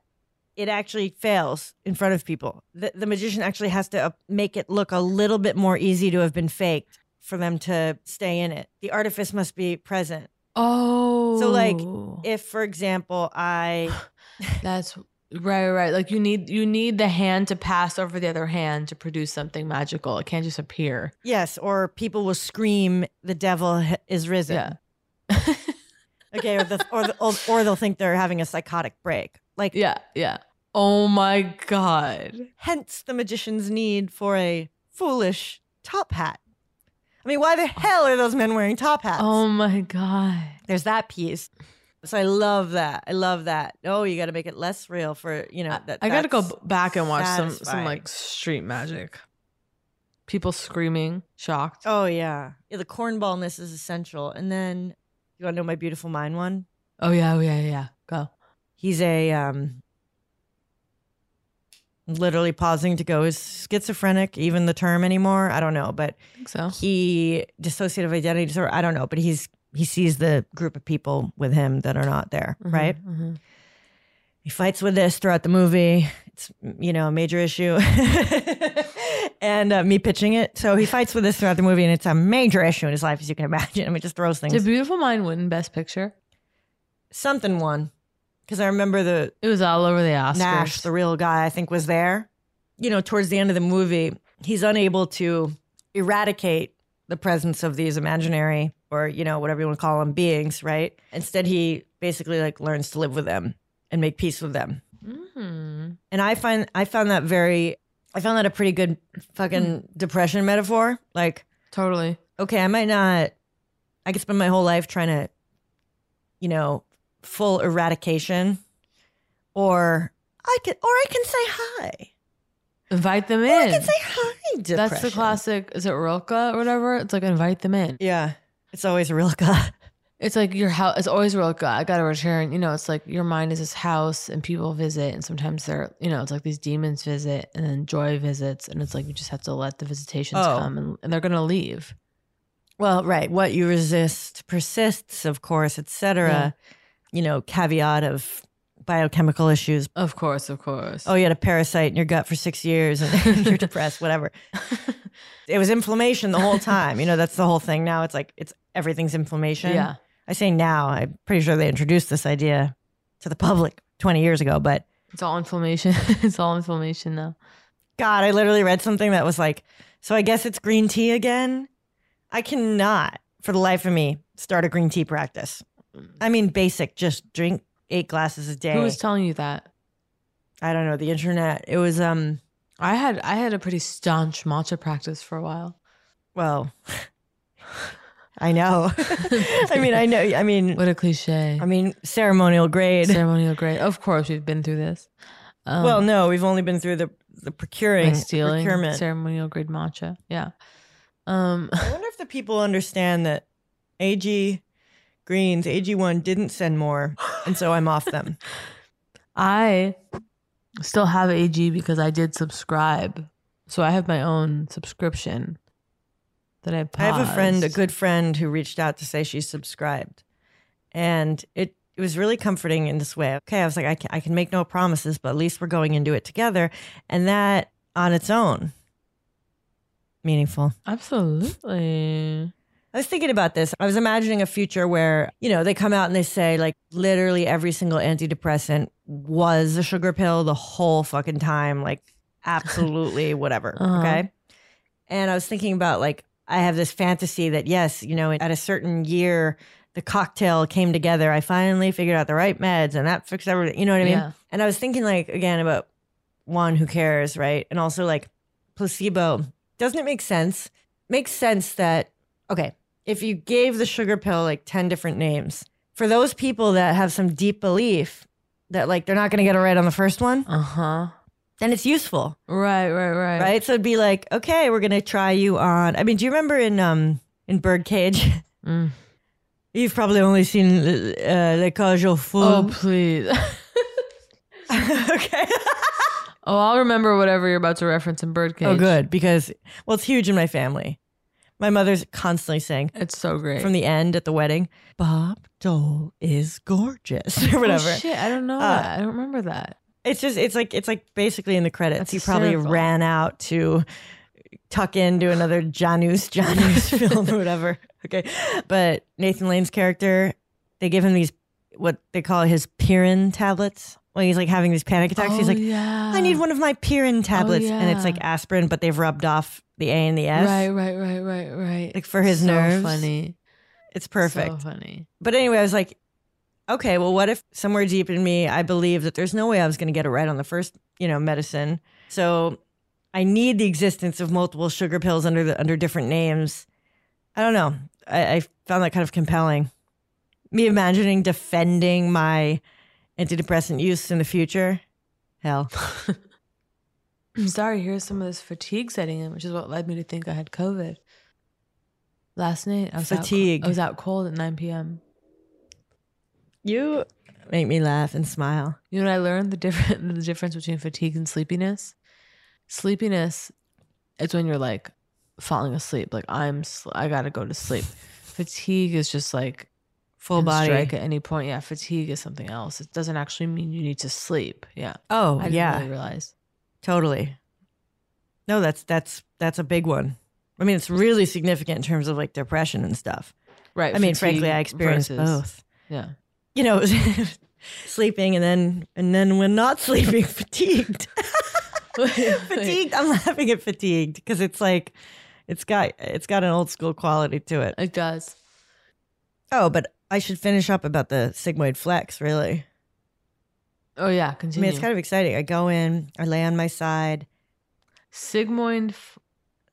S3: it actually fails in front of people. The, the magician actually has to uh, make it look a little bit more easy to have been faked for them to stay in it. The artifice must be present.
S4: oh,
S3: So like if for example I
S4: (sighs) That's right, right. Like you need you need the hand to pass over the other hand to produce something magical. It can't just appear.
S3: yes or people will scream the devil h- is risen.
S4: Yeah.
S3: okay, or the, or the, or or they'll think they're having a psychotic break. Like
S4: Yeah, yeah. Oh my god.
S3: hence the magician's need for a foolish top hat. I mean, why the hell are those men wearing top hats?
S4: Oh my god.
S3: There's that piece. So I love that. I love that. Oh, you got to make it less real for, you know, that
S4: I got to go
S3: that's
S4: b- back and watch some some
S3: satisfying.
S4: like street magic. People screaming, shocked.
S3: Oh yeah. yeah the cornballness is essential. And then you want to know my beautiful mind one?
S4: Oh yeah, oh yeah, yeah, yeah. Go.
S3: He's a um literally pausing to go is schizophrenic even the term anymore? I don't know, but
S4: I think so.
S3: he dissociative identity disorder, I don't know, but he's he sees the group of people with him that are not there, right?
S4: Mhm, mhm.
S3: Mm-hmm, He fights with this throughout the movie. It's you know a major issue, (laughs) and uh, me pitching it. So he fights with this throughout the movie, and (laughs) it's a major issue in his life, as you can imagine. I mean, just throws things.
S4: Did Beautiful Mind win Best Picture?
S3: Something won. Because I remember the.
S4: It was all over the Oscars.
S3: Nash, the real guy, I think was there. You know, towards the end of the movie, he's unable to eradicate the presence of these imaginary or, you know, whatever you want to call them beings, right? Instead, he basically like learns to live with them and make peace with them.
S4: Mm.
S3: And I find I found that very I found that a pretty good fucking depression metaphor. Like
S4: Hmm. totally.
S3: Okay, I might not I could spend my whole life trying to you know, full eradication or I could or I can say hi.
S4: Invite them in.
S3: I can say hi.
S4: That's the
S3: depression.
S4: classic. Is it Rilke or whatever? It's like invite them in.
S3: Yeah, it's always Rilke. (laughs)
S4: It's like your house. It's always Rilke. I got to return. You know, it's like your mind is this house, and people visit, and sometimes they're, you know, it's like these demons visit, and then joy visits, and it's like you just have to let the visitations
S3: Oh.
S4: come, and, and they're gonna leave.
S3: Well, right. What you resist persists, of course, et cetera. You know, caveat of biochemical issues.
S4: Of course, of course.
S3: Oh, you had a parasite in your gut for six years and (laughs) you're depressed,
S4: (laughs)
S3: whatever. it was inflammation the whole time. You know, that's the whole thing. Now it's like it's everything's inflammation.
S4: Yeah.
S3: I say now, I'm pretty sure they introduced this idea to the public 20 years ago, but
S4: It's all inflammation. (laughs) it's all inflammation now.
S3: God, I literally read something that was like, so I guess it's green tea again. I cannot, for the life of me, start a green tea practice. I mean, basic, just drink eight glasses a day.
S4: Who was telling you that?
S3: I don't know, the internet. It was, um,
S4: I had I had a pretty staunch matcha practice for a while.
S3: well, I know. (laughs) (laughs) I mean, I know. I mean,
S4: what a cliche.
S3: I mean, (laughs) ceremonial grade.
S4: Ceremonial grade. Of course, we've been through this. Um,
S3: well, no, we've only been through the, the procuring,
S4: like stealing
S3: procurement.
S4: ceremonial grade matcha. Yeah. Um,
S3: I wonder if the people understand that AG Greens, AG1 didn't send more, and so I'm off them.
S4: I still have AG because I did subscribe, so I have my own subscription that I. Paused.
S3: I have a friend, a good friend, who reached out to say she subscribed, and it it was really comforting in this way. Okay, I was like, I can, I can make no promises, but at least we're going into it together, and that on its own, meaningful.
S4: Absolutely.
S3: I was thinking about this. I was imagining a future where, you know, they come out and they say, like, literally every single antidepressant was a sugar pill the whole fucking time. Like,
S4: (laughs)
S3: absolutely whatever.
S4: Uh-huh.
S3: Okay. And I was thinking about, like, I have this fantasy that, yes, you know, at a certain year, the cocktail came together. I finally figured out the right meds and that fixed everything. You know what I mean?
S4: Yeah.
S3: And I was thinking, like, again, about one, who cares, right? And also, like, placebo. Doesn't it make sense? Makes sense that, okay, if you gave the sugar pill like 10 different names, for those people that have some deep belief that like they're not going to get it right on the first one,
S4: Uh huh.
S3: then it's useful,
S4: Right. Right. Right.
S3: right? So it'd be like, okay, we're going to try you on. I mean, do you remember in um in Birdcage?
S4: Mm.
S3: You've probably only seen uh, Le Cage aux
S4: Oh
S3: Fous. (laughs)
S4: please.
S3: Um, okay.
S4: (laughs) Oh, I'll remember whatever you're about to reference in Birdcage.
S3: Oh, good because well, it's huge in my family. My mother's constantly saying
S4: It's so great.
S3: from the end at the wedding, Bob Dole is gorgeous (laughs) or whatever.
S4: Oh, shit, I don't know.
S3: Uh,
S4: that. I don't remember that.
S3: It's just it's like it's like basically in the credits.
S4: That's
S3: he probably
S4: hysterical.
S3: ran out to tuck into another Janus Janus film or whatever. Okay. But Nathan Lane's character, they give him these what they call his Pirin tablets. When he's like having these panic attacks, he's
S4: (laughs) Oh,
S3: like,
S4: yeah. Oh,
S3: I need one of my Pirin tablets. And it's
S4: yeah.
S3: like aspirin, but they've rubbed off the A and the S.
S4: Right, right, right, right, right.
S3: Like for his
S4: so
S3: nerves.
S4: Funny.
S3: It's perfect.
S4: So funny.
S3: But anyway, I was like, okay, well, what if somewhere deep in me, I believe that there's no way I was going to get it right on the first, you know, medicine. So I need the existence of multiple sugar pills under the under different names. I don't know. I, I found that kind of compelling. Me imagining defending my antidepressant use in the future. Hell, (laughs)
S4: I'm sorry, here's some of this fatigue setting in, which is what led me to think I had COVID. Last night, I was
S3: Fatigue.
S4: Out, I was out cold at 9 p.m.
S3: you make me laugh and smile.
S4: You know what I learned? The difference, the difference between fatigue and sleepiness. Sleepiness is when you're like falling asleep. Like I'm, sl- I gotta go
S3: (sighs)
S4: to sleep. fatigue is just like
S3: Full
S4: can
S3: body.
S4: strike at any point. Yeah, fatigue is something else. It doesn't actually mean you need to sleep. Yeah.
S3: Oh,
S4: I didn't
S3: yeah.
S4: really realize.
S3: Totally. No, that's that's that's a big one. I mean, it's really significant in terms of like depression and stuff.
S4: Right.
S3: I mean,
S4: fatigue
S3: frankly, I experienced
S4: versus-
S3: both.
S4: Yeah.
S3: you know, (laughs) sleeping and then and then when not sleeping, fatigued. fatigued. I'm laughing at fatigued because it's like it's got it's got an old school quality to it.
S4: It does.
S3: Oh, but I should finish up about the sigmoid flex, really.
S4: Oh yeah,
S3: I
S4: continue.
S10: Mm-hmm.
S3: mean, it's kind of exciting. I go in, I lay on my side.
S4: Sigmoid f-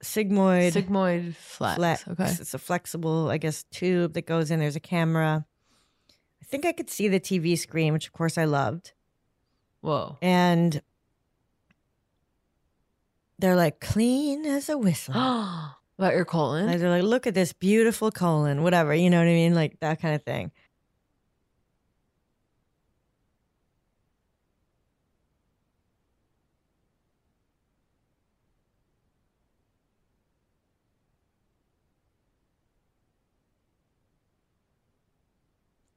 S3: sigmoid
S4: sigmoid flex. Okay.
S3: It's a flexible, I guess, tube that goes in. There's a camera. I think I could see the TV screen, which of course I loved.
S4: Whoa.
S3: And they're like clean as a whistle.
S4: (gasps) About your colon.
S3: Like, they're like, look at this beautiful colon, whatever, you know what I mean? Like that kind of thing.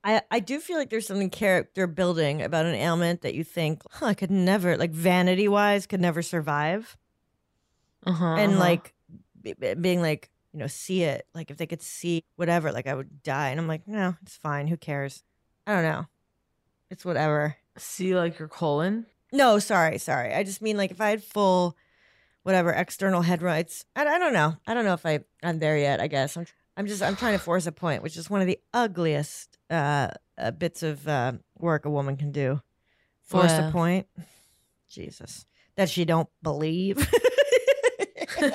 S3: I, I do feel like there's something character building about an ailment that you think, huh, I could never, like vanity wise, could never survive.
S4: Uh-huh,
S3: And
S4: uh-huh.
S3: like b- b- being like, you know, see it. Like if they could see whatever, like I would die. And I'm like, no, it's fine. Who cares? I don't know. It's whatever.
S4: See like your colon?
S3: No, sorry, sorry. I just mean like if I had full, whatever, external head rights. I, I don't know. I don't know if I I'm there yet. I guess I'm. I'm just I'm trying to force a point, which is one of the ugliest uh, uh bits of uh, work a woman can do. Force
S4: Yeah.
S3: a point. Jesus, that she don't believe.
S4: (laughs)
S3: (laughs)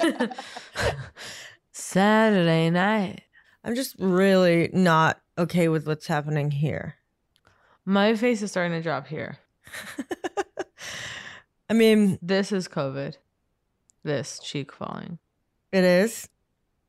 S4: Saturday night.
S3: I'm just really not okay with what's happening here.
S4: My face is starting to drop here.
S3: (laughs) I mean,
S4: this is COVID. This cheek falling.
S3: It is.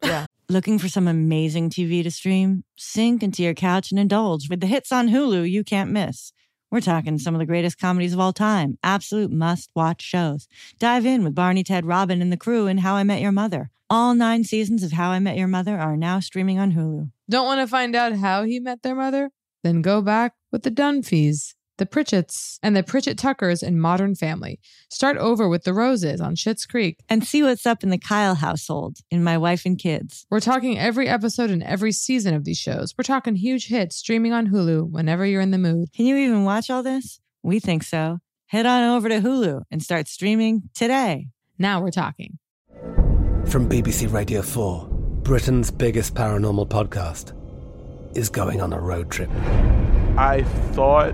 S4: Yeah.
S5: Looking for some amazing TV to stream? Sink into your couch and indulge with the hits on Hulu you can't miss. We're talking some of the greatest comedies of all time, absolute must watch shows. Dive in with Barney, Ted, Robin, and the crew in How I Met Your Mother. All nine seasons of How I Met Your Mother are now streaming on Hulu.
S4: Don't want to find out how he met their mother? Then go back with the Dunphys, the Pritchetts, and the Pritchett Tuckers in Modern Family. Start over with the Roses on Schitt's Creek.
S5: And see what's up in the Kyle household in My Wife and Kids.
S4: We're talking every episode and every season of these shows. We're talking huge hits streaming on Hulu whenever you're in the mood.
S5: Can you even watch all this? We think so. Head on over to Hulu and start streaming today.
S4: Now we're talking.
S11: From BBC Radio 4, Britain's biggest paranormal podcast is going on a road trip.
S12: I thought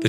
S13: The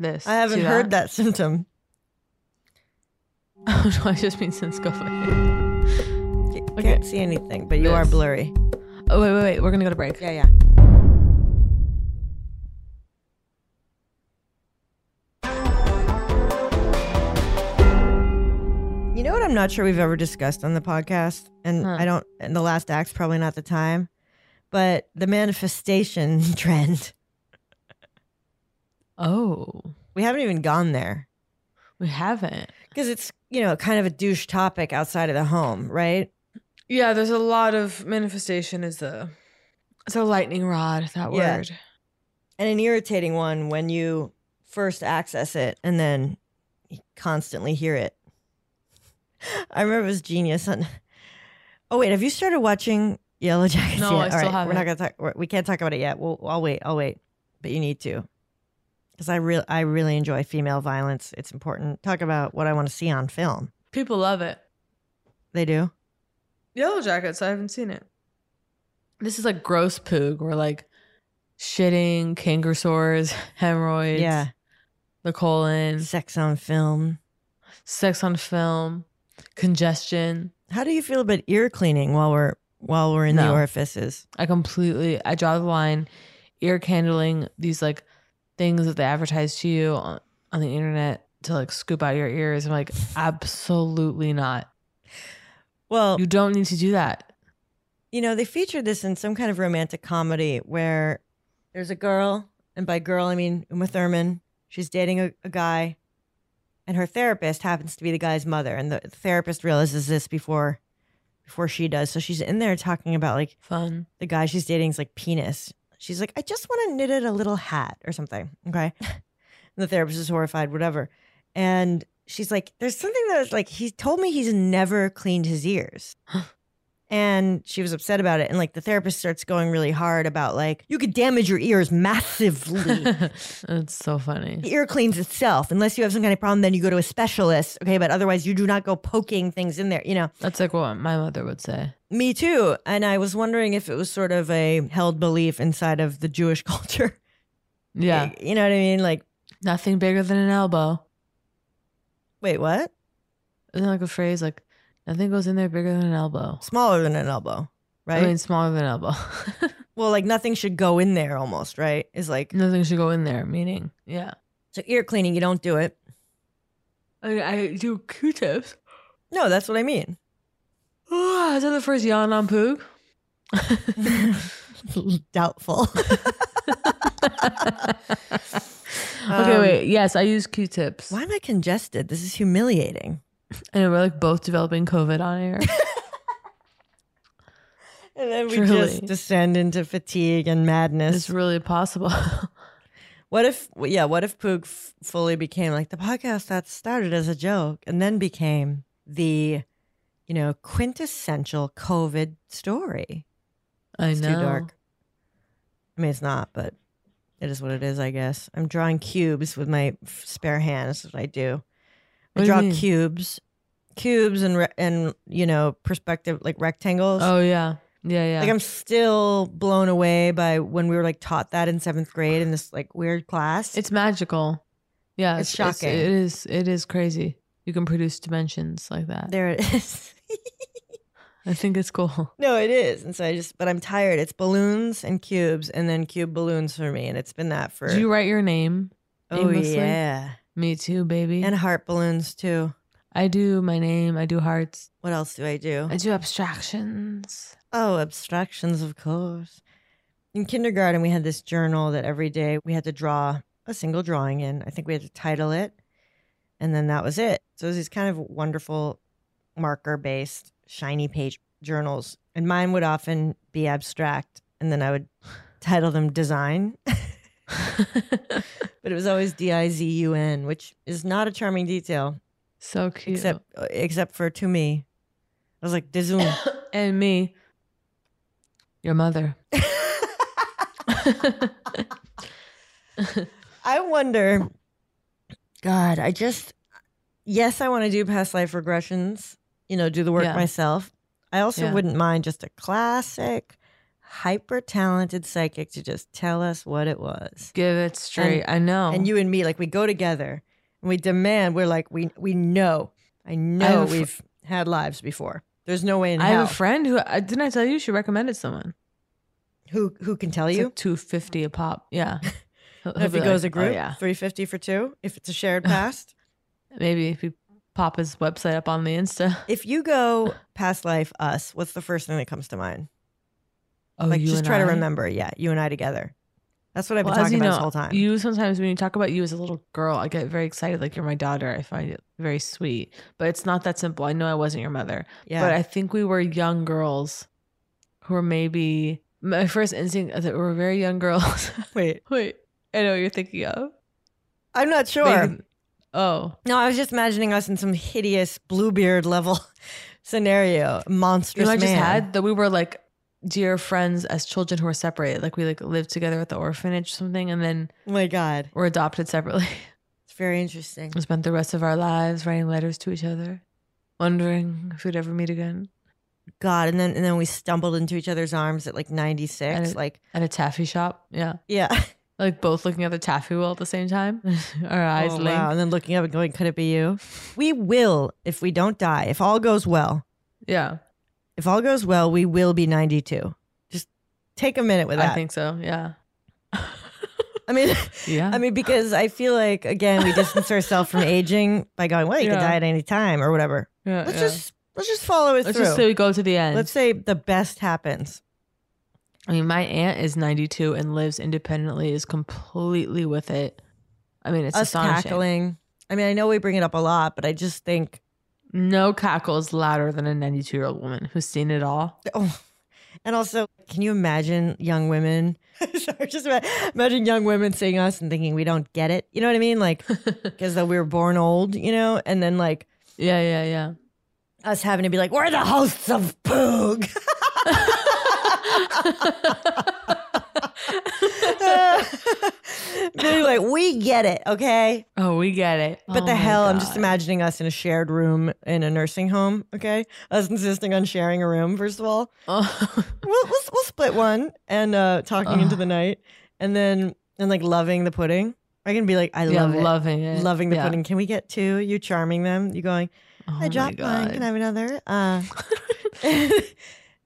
S4: This
S3: I haven't
S4: to
S3: heard that symptom.
S4: (laughs) Oh no, I just mean since COVID.
S3: I Can't see anything, but you are
S4: This.
S3: blurry.
S4: Oh wait, wait, wait. We're gonna go to break.
S3: Yeah, yeah. You know what I'm not sure we've ever discussed on the podcast, and I don't. And the last act's probably not the time, but the manifestation trend.
S4: Oh,
S3: we haven't even gone there
S4: We haven't.
S3: because it's you know kind of a douche topic outside of the home, right?
S4: Yeah, there's a lot of manifestation is the it's a lightning rod, that
S3: Yeah.
S4: word.
S3: and an irritating one when you first access it and then you constantly hear it. I remember it was genius. (laughs) On, oh wait, have you started watching Yellow Jackets?
S4: No,
S3: yet?
S4: I
S3: All
S4: still
S3: We're not gonna
S4: haven't.
S3: talk. we're- We can't talk about it yet. We'll, I'll wait. I'll wait. But you need to, because I real I really enjoy female violence. It's important. Talk about what I want to see on film.
S4: People love it.
S3: They do.
S4: Yellow Jackets, I haven't seen it. This is like gross poog or like shitting, canker sores, (laughs) hemorrhoids.
S3: Yeah.
S4: The colon.
S3: Sex on film.
S4: Sex on film. Congestion.
S3: How do you feel about ear cleaning while we're while we're in the
S4: No.
S3: orifices?
S4: I completely I draw the line. Ear candling, these like things that they advertise to you on, on the internet to like scoop out your ears. I'm like, absolutely not.
S3: Well,
S4: you don't need to do that.
S3: you know, they featured this in some kind of romantic comedy where there's a girl, and by girl, I mean Uma Thurman. She's dating a, a guy, and her therapist happens to be the guy's mother. And the therapist realizes this before before she does. So she's in there talking about like
S4: fun.
S3: The guy she's dating's like penis. She's like, I just want to knit it a little hat or something. Okay. and the therapist is horrified, whatever. And she's like, There's something that's like he told me he's never cleaned his ears. and she was upset about it. And like the therapist starts going really hard about like, you could damage your ears
S4: (laughs)
S3: massively.
S4: It's so funny.
S3: The ear cleans itself. Unless you have some kind of problem, then you go to a specialist. Okay. But otherwise, you do not go poking things in there, you know.
S4: That's like what my mother would say.
S3: Me too. And I was wondering if it was sort of a held belief inside of the Jewish (laughs) culture.
S4: Yeah.
S3: you know what I mean? Like,
S4: nothing bigger than an elbow.
S3: Wait, what?
S4: Isn't that like a phrase like nothing goes in there bigger than an elbow?
S3: Smaller than an elbow, right?
S4: I mean smaller than an elbow. (laughs)
S3: well, like nothing should go in there almost, right? Is like
S4: nothing should go in there, meaning. Yeah.
S3: So ear cleaning, you don't do it.
S4: I, I do q tips.
S3: No, that's what I mean.
S4: is that the first yawn on poog?
S3: Doubtful.
S4: okay,
S3: Um,
S4: wait. Yes, I use q tips.
S3: Why am I congested? This is humiliating.
S4: I know we're like both developing COVID on air.
S3: And then we
S4: Truly.
S3: just descend into fatigue and madness. It's
S4: really possible. (laughs)
S3: what if, yeah, what if Poog f- fully became like the podcast that started as a joke and then became the, you know, quintessential COVID story?
S4: I
S3: It's
S4: know.
S3: too dark. I mean, it's not, but it is what it is, I guess. I'm drawing cubes with my f- spare hands. That's what I do. I
S4: What do you
S3: draw
S4: mean?
S3: cubes, cubes, and re- and you know, perspective like rectangles.
S4: Oh yeah. Yeah, yeah.
S3: Like I'm still blown away by when we were like taught that in seventh grade in this like weird class.
S4: It's magical. Yeah,
S3: It's shocking.
S4: it is. It is crazy. You can produce dimensions like that.
S3: There it is.
S4: I think it's cool.
S3: (laughs) No, it is. And so I just, but I'm tired. It's balloons and cubes, and then cube balloons for me, and it's been that for.
S4: Do you write your name?
S3: Oh
S4: aimlessly?
S3: yeah,
S4: me too, baby.
S3: and heart balloons too.
S4: I do my name. I do hearts.
S3: What else do I do?
S4: I do abstractions.
S3: Oh, abstractions, of course. In kindergarten, we had this journal that every day we had to draw a single drawing in. I think we had to title it, and then that was it. So it was these kind of wonderful marker based, shiny page journals. And mine would often be abstract, and then I
S4: (laughs)
S3: would title them design. but it was always D I Z U N, which is not a charming detail. uh,
S4: So cute. (laughs)
S3: Except, except for to me. I was like, Dizoon.
S4: and me, your mother.
S3: (laughs) I wonder. God, I just yes, I want to do past life regressions. You know, do the work
S4: Yeah.
S3: myself. I also
S4: Yeah.
S3: wouldn't mind just a classic, hyper talented psychic to just tell us what it was.
S4: Give it straight. I know.
S3: And you and me, like we go together and we demand. We're like we we know. I know
S4: have a fr-
S3: we've had lives before. There's no way in
S4: I
S3: hell
S4: have a friend who I didn't I tell you she recommended someone.
S3: who who can tell
S4: It's
S3: you
S4: like two fifty a pop.
S3: (laughs)
S4: Yeah. He'll-
S3: And
S4: he'll
S3: if he
S4: be
S3: goes
S4: like,
S3: a group.
S4: "Oh, yeah.
S3: Three fifty for two. If it's a shared past.
S4: Maybe if you pop his website up on the Insta.
S3: If you go past life us, what's the first thing that comes to mind?
S4: Oh,
S3: like
S4: you
S3: just
S4: and
S3: try to
S4: I?
S3: remember. Yeah, you and I together. That's what I've been
S4: Well, as
S3: talking
S4: you
S3: about this
S4: know,
S3: whole time.
S4: You sometimes when you talk about you as a little girl, I get very excited. Like you're my daughter. I find it very sweet, but it's not that simple. I know I wasn't your mother,
S3: Yeah.
S4: but I think we were young girls who were maybe my first instinct is that we were very young girls. (laughs)
S3: Wait,
S4: wait. I know what you're thinking of.
S3: I'm not sure.
S4: Maybe- oh,
S3: No, I was just imagining us in some hideous bluebeard level (laughs) scenario,
S4: you
S3: monstrous
S4: know, I just
S3: man.
S4: had that we were like dear friends as children who were separated. Like we like lived together at the orphanage or something, and then
S3: oh my god,
S4: we're adopted separately.
S3: (laughs) It's very interesting.
S4: We spent the rest of our lives writing letters to each other, wondering if we'd ever meet again.
S3: God, and then and then we stumbled into each other's arms at like 96.
S4: At a-
S3: like
S4: at a taffy shop. Yeah.
S3: yeah. (laughs)
S4: Like both looking at the taffy wheel at the same time. (laughs) Our eyes
S3: Oh,
S4: linked.
S3: wow. And then looking up and going, could it be you? We will if we don't die. If all goes well.
S4: Yeah.
S3: If all goes well, we will be 92. Just take a minute with that.
S4: I think so. Yeah.
S3: I mean,
S4: Yeah.
S3: I mean, because I feel like again we distance
S4: (laughs)
S3: ourselves from aging by going, well, you can
S4: Yeah.
S3: die at any time or whatever.
S4: Yeah,
S3: let's
S4: yeah.
S3: just let's just follow it
S4: Let's
S3: through.
S4: just say we go to the end.
S3: let's say the best happens.
S4: I mean, my aunt is 92 and lives independently, is completely with it. I mean, it's
S3: Us
S4: astonishing.
S3: cackling. I mean, I know we bring it up a lot, but I just think
S4: No cackle is louder than a 92 year old woman who's seen it all.
S3: Oh, and also, can you imagine
S4: (laughs)
S3: young women? Sorry, just ima- imagine young women seeing us and thinking we don't get it. You know what I mean? Like, (laughs) because we were born old, you know? And then, like,
S4: yeah, yeah, yeah.
S3: Us having to be like, we're the hosts of Poog. (laughs) They're like, we get it, okay?
S4: Oh, we get it.
S3: But
S4: Oh
S3: the
S4: my
S3: hell, I'm just
S4: God.
S3: imagining us in a shared room in a nursing home. Okay, us insisting on sharing a room. First of
S4: (laughs)
S3: all,
S4: Oh.
S3: we'll, we'll we'll split one and uh talking into the night, and then and like loving the pudding. I can be like, I
S4: Yeah,
S3: love it.
S4: loving it.
S3: loving the
S4: Yeah. Oh
S3: pudding. Can we get two? You charming them. You going? I dropped mine. Can I have another?
S4: (laughs)
S3: Uh, (laughs)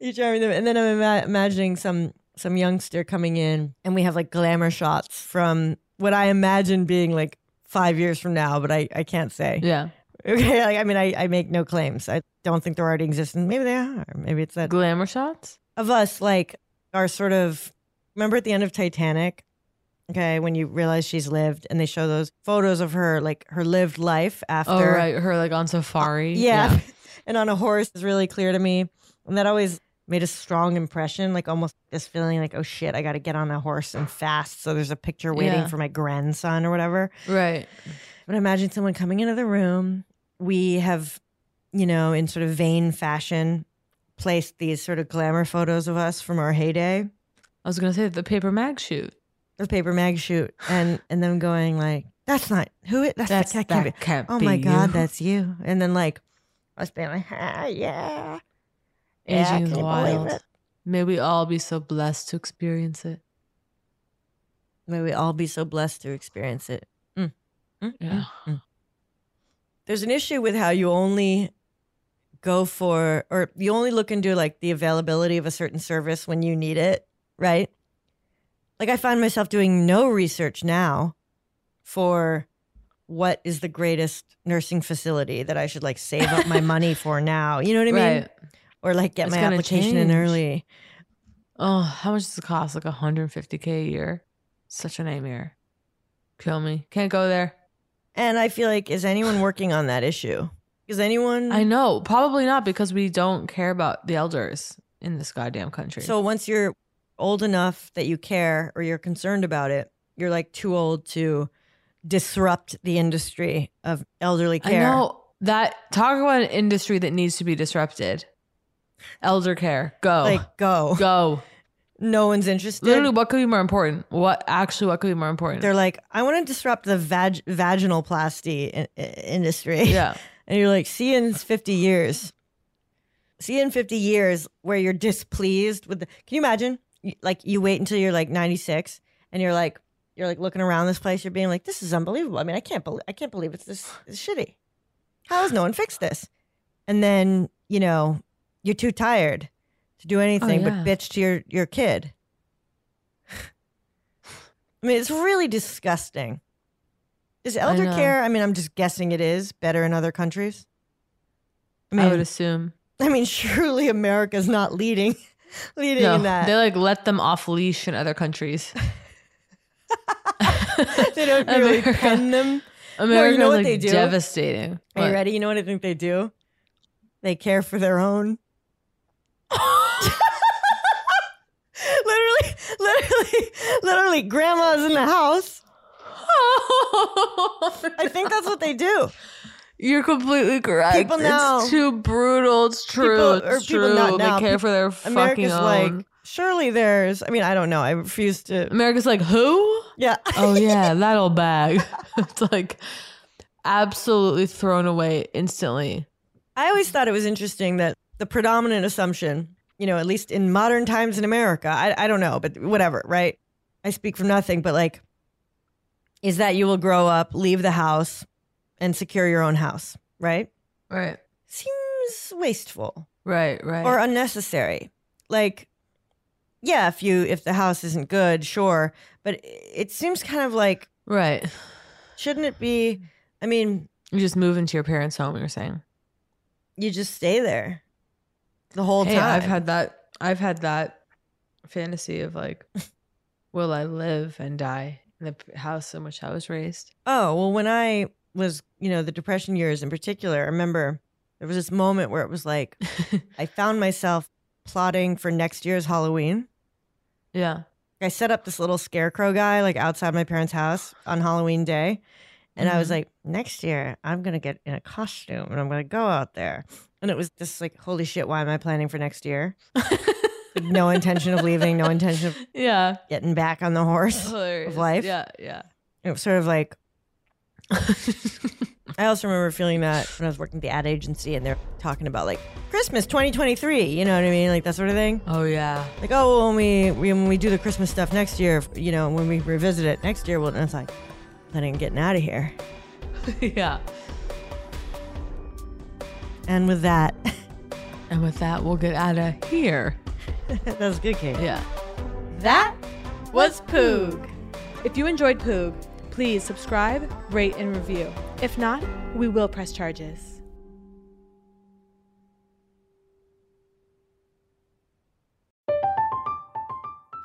S3: you charming them, and then I'm ima- imagining some some youngster coming in, and we have like glamour shots from what I imagine being like five years from now, but I I can't say.
S4: Yeah.
S3: (laughs) Okay. Like I mean, I I make no claims. I don't think they're already existing. Maybe they are. Maybe it's that
S4: Glamour shots?
S3: of us like are sort of remember at the end of Titanic, okay, when you realize she's lived and they show those photos of her like her lived life after
S4: Oh, right. Her like on safari.
S3: yeah. and on a horse is really clear to me. And that always made a strong impression, like almost this feeling like, oh shit, I got to get on that horse and fast. So there's a picture waiting
S4: Yeah.
S3: for my grandson or whatever.
S4: Right.
S3: But imagine someone coming into the room. We have, you know, in sort of vain fashion, placed these sort of glamour photos of us from our heyday,
S4: I was going to say the paper mag shoot.
S3: the paper mag shoot, and and them going like, that's not who it. That's,
S4: That's-
S3: that can't
S4: that
S3: be.
S4: can't
S3: oh
S4: be
S3: my god,
S4: you."
S3: that's you. And then like, us being like, ah, yeah. Yeah, I
S4: Aging is
S3: can't believe
S4: wild.
S3: it.
S4: May we all be so blessed to experience it.
S3: May we all be so blessed to experience it. Mm. Mm,
S4: Yeah.
S3: mm, mm. There's an issue with how you only go for, or you only look into like the availability of a certain service when you need it, right? Like I find myself doing no research now for what is the greatest nursing facility that I should like save up (laughs) my money for now. You know what I mean?
S4: Right.
S3: Or like get
S4: It's
S3: my
S4: gonna
S3: application in
S4: change.
S3: early.
S4: Oh, how much does it cost? Like 150K a year? Such a nightmare. Kill me. Can't go there.
S3: And I feel like, is anyone working on that issue? Is anyone?
S4: I know. Probably not because we don't care about the elders in this goddamn country.
S3: So once you're old enough that you care or you're concerned about it, you're like too old to disrupt the industry of elderly
S4: I
S3: care.
S4: know that talk about an industry that needs to be disrupted. Elder care. Go.
S3: Like, go. (laughs)
S4: Go.
S3: No one's interested.
S4: Literally, what could be more important? What actually? What could be more important?
S3: They're like, I want to disrupt the vag- vaginal plasty in- i- (laughs) industry.
S4: Yeah.
S3: and you're like, see you in 50 years. See you in 50 years where you're displeased with the. Can you imagine? You- Like, you wait until you're like 96 and you're like, you're like looking around this place. You're being like, this is unbelievable. I mean, I can't believe, I can't believe it's this it's shitty. How has no one fixed this? And then, you know, you're too tired to do anything
S4: Oh, yeah.
S3: but bitch to your, your kid. I mean, it's really disgusting. Is
S4: I
S3: elder
S4: know.
S3: care, I mean, I'm just guessing it is better in other countries. I
S4: I,
S3: mean, I,
S4: would assume.
S3: mean, surely America's not leading leading
S4: No,
S3: in that.
S4: they like let them off leash in other countries.
S3: (laughs) they don't really
S4: America-
S3: pen them. no, you
S4: America
S3: know
S4: is
S3: what
S4: like
S3: they do?
S4: devastating.
S3: Are
S4: What?
S3: you ready? You know what I think they do? They care for their own. literally, literally, (laughs) literally, grandma's in the house. I think that's what they do.
S4: Oh. You're completely correct.
S3: People now-
S4: it's too brutal. It's true.
S3: or
S4: it's true. They care
S3: Peop-
S4: for their
S3: America's
S4: fucking own.
S3: like, surely there's. I mean, I don't know. I refuse to.
S4: America's like, who?
S3: Yeah. (laughs)
S4: Oh yeah, that old bag. it's like absolutely thrown away instantly.
S3: I always thought it was interesting that the predominant assumption, you know, at least in modern times in America, I, I don't know, but whatever, right? I speak from nothing, but like, is that you will grow up, leave the house, and secure your own house, right?
S4: Right.
S3: Seems wasteful
S4: Right. Right.
S3: or unnecessary. Like, yeah, if you if the house isn't good, sure, but it seems kind of like
S4: right.
S3: shouldn't it be? I mean,
S4: You just move into your parents' home. You're saying.
S3: you just stay there the whole
S4: Hey,
S3: time.
S4: I've had that. I've had that fantasy
S3: (laughs)
S4: of like, will I live and die in the p- house in which I was raised?
S3: Oh, well, when I was, you know, the depression years in particular, I remember there was this moment where it was
S4: (laughs)
S3: like I found myself plotting for next year's Halloween.
S4: Yeah.
S3: I set up this little scarecrow guy like outside my parents' house on Halloween day. And I was
S4: Mhm.
S3: like, next year I'm going to get in a costume and I'm going to go out there. And it was just like, holy shit, why am I planning for next
S4: (laughs)
S3: year? no intention of leaving, no intention of
S4: Yeah.
S3: getting back on the horse
S4: (laughs) Hilarious.
S3: of life
S4: Yeah. Yeah.
S3: it was sort of like I also remember feeling that when I was working at the ad agency and they're talking about like Christmas 2023, you know what I mean? Like that sort of thing. (laughs)
S4: Oh yeah.
S3: Like, oh, when we when we do the Christmas stuff next year, you know, when we revisit it next year, well, and it's like planning on getting out of here.
S4: yeah.
S3: And with that, (laughs)
S4: And with that, we'll get out of here.
S3: that was good, Kate.
S4: Yeah.
S1: That was Poog. If you enjoyed Poog, please subscribe, rate, and review. If not, we will press charges.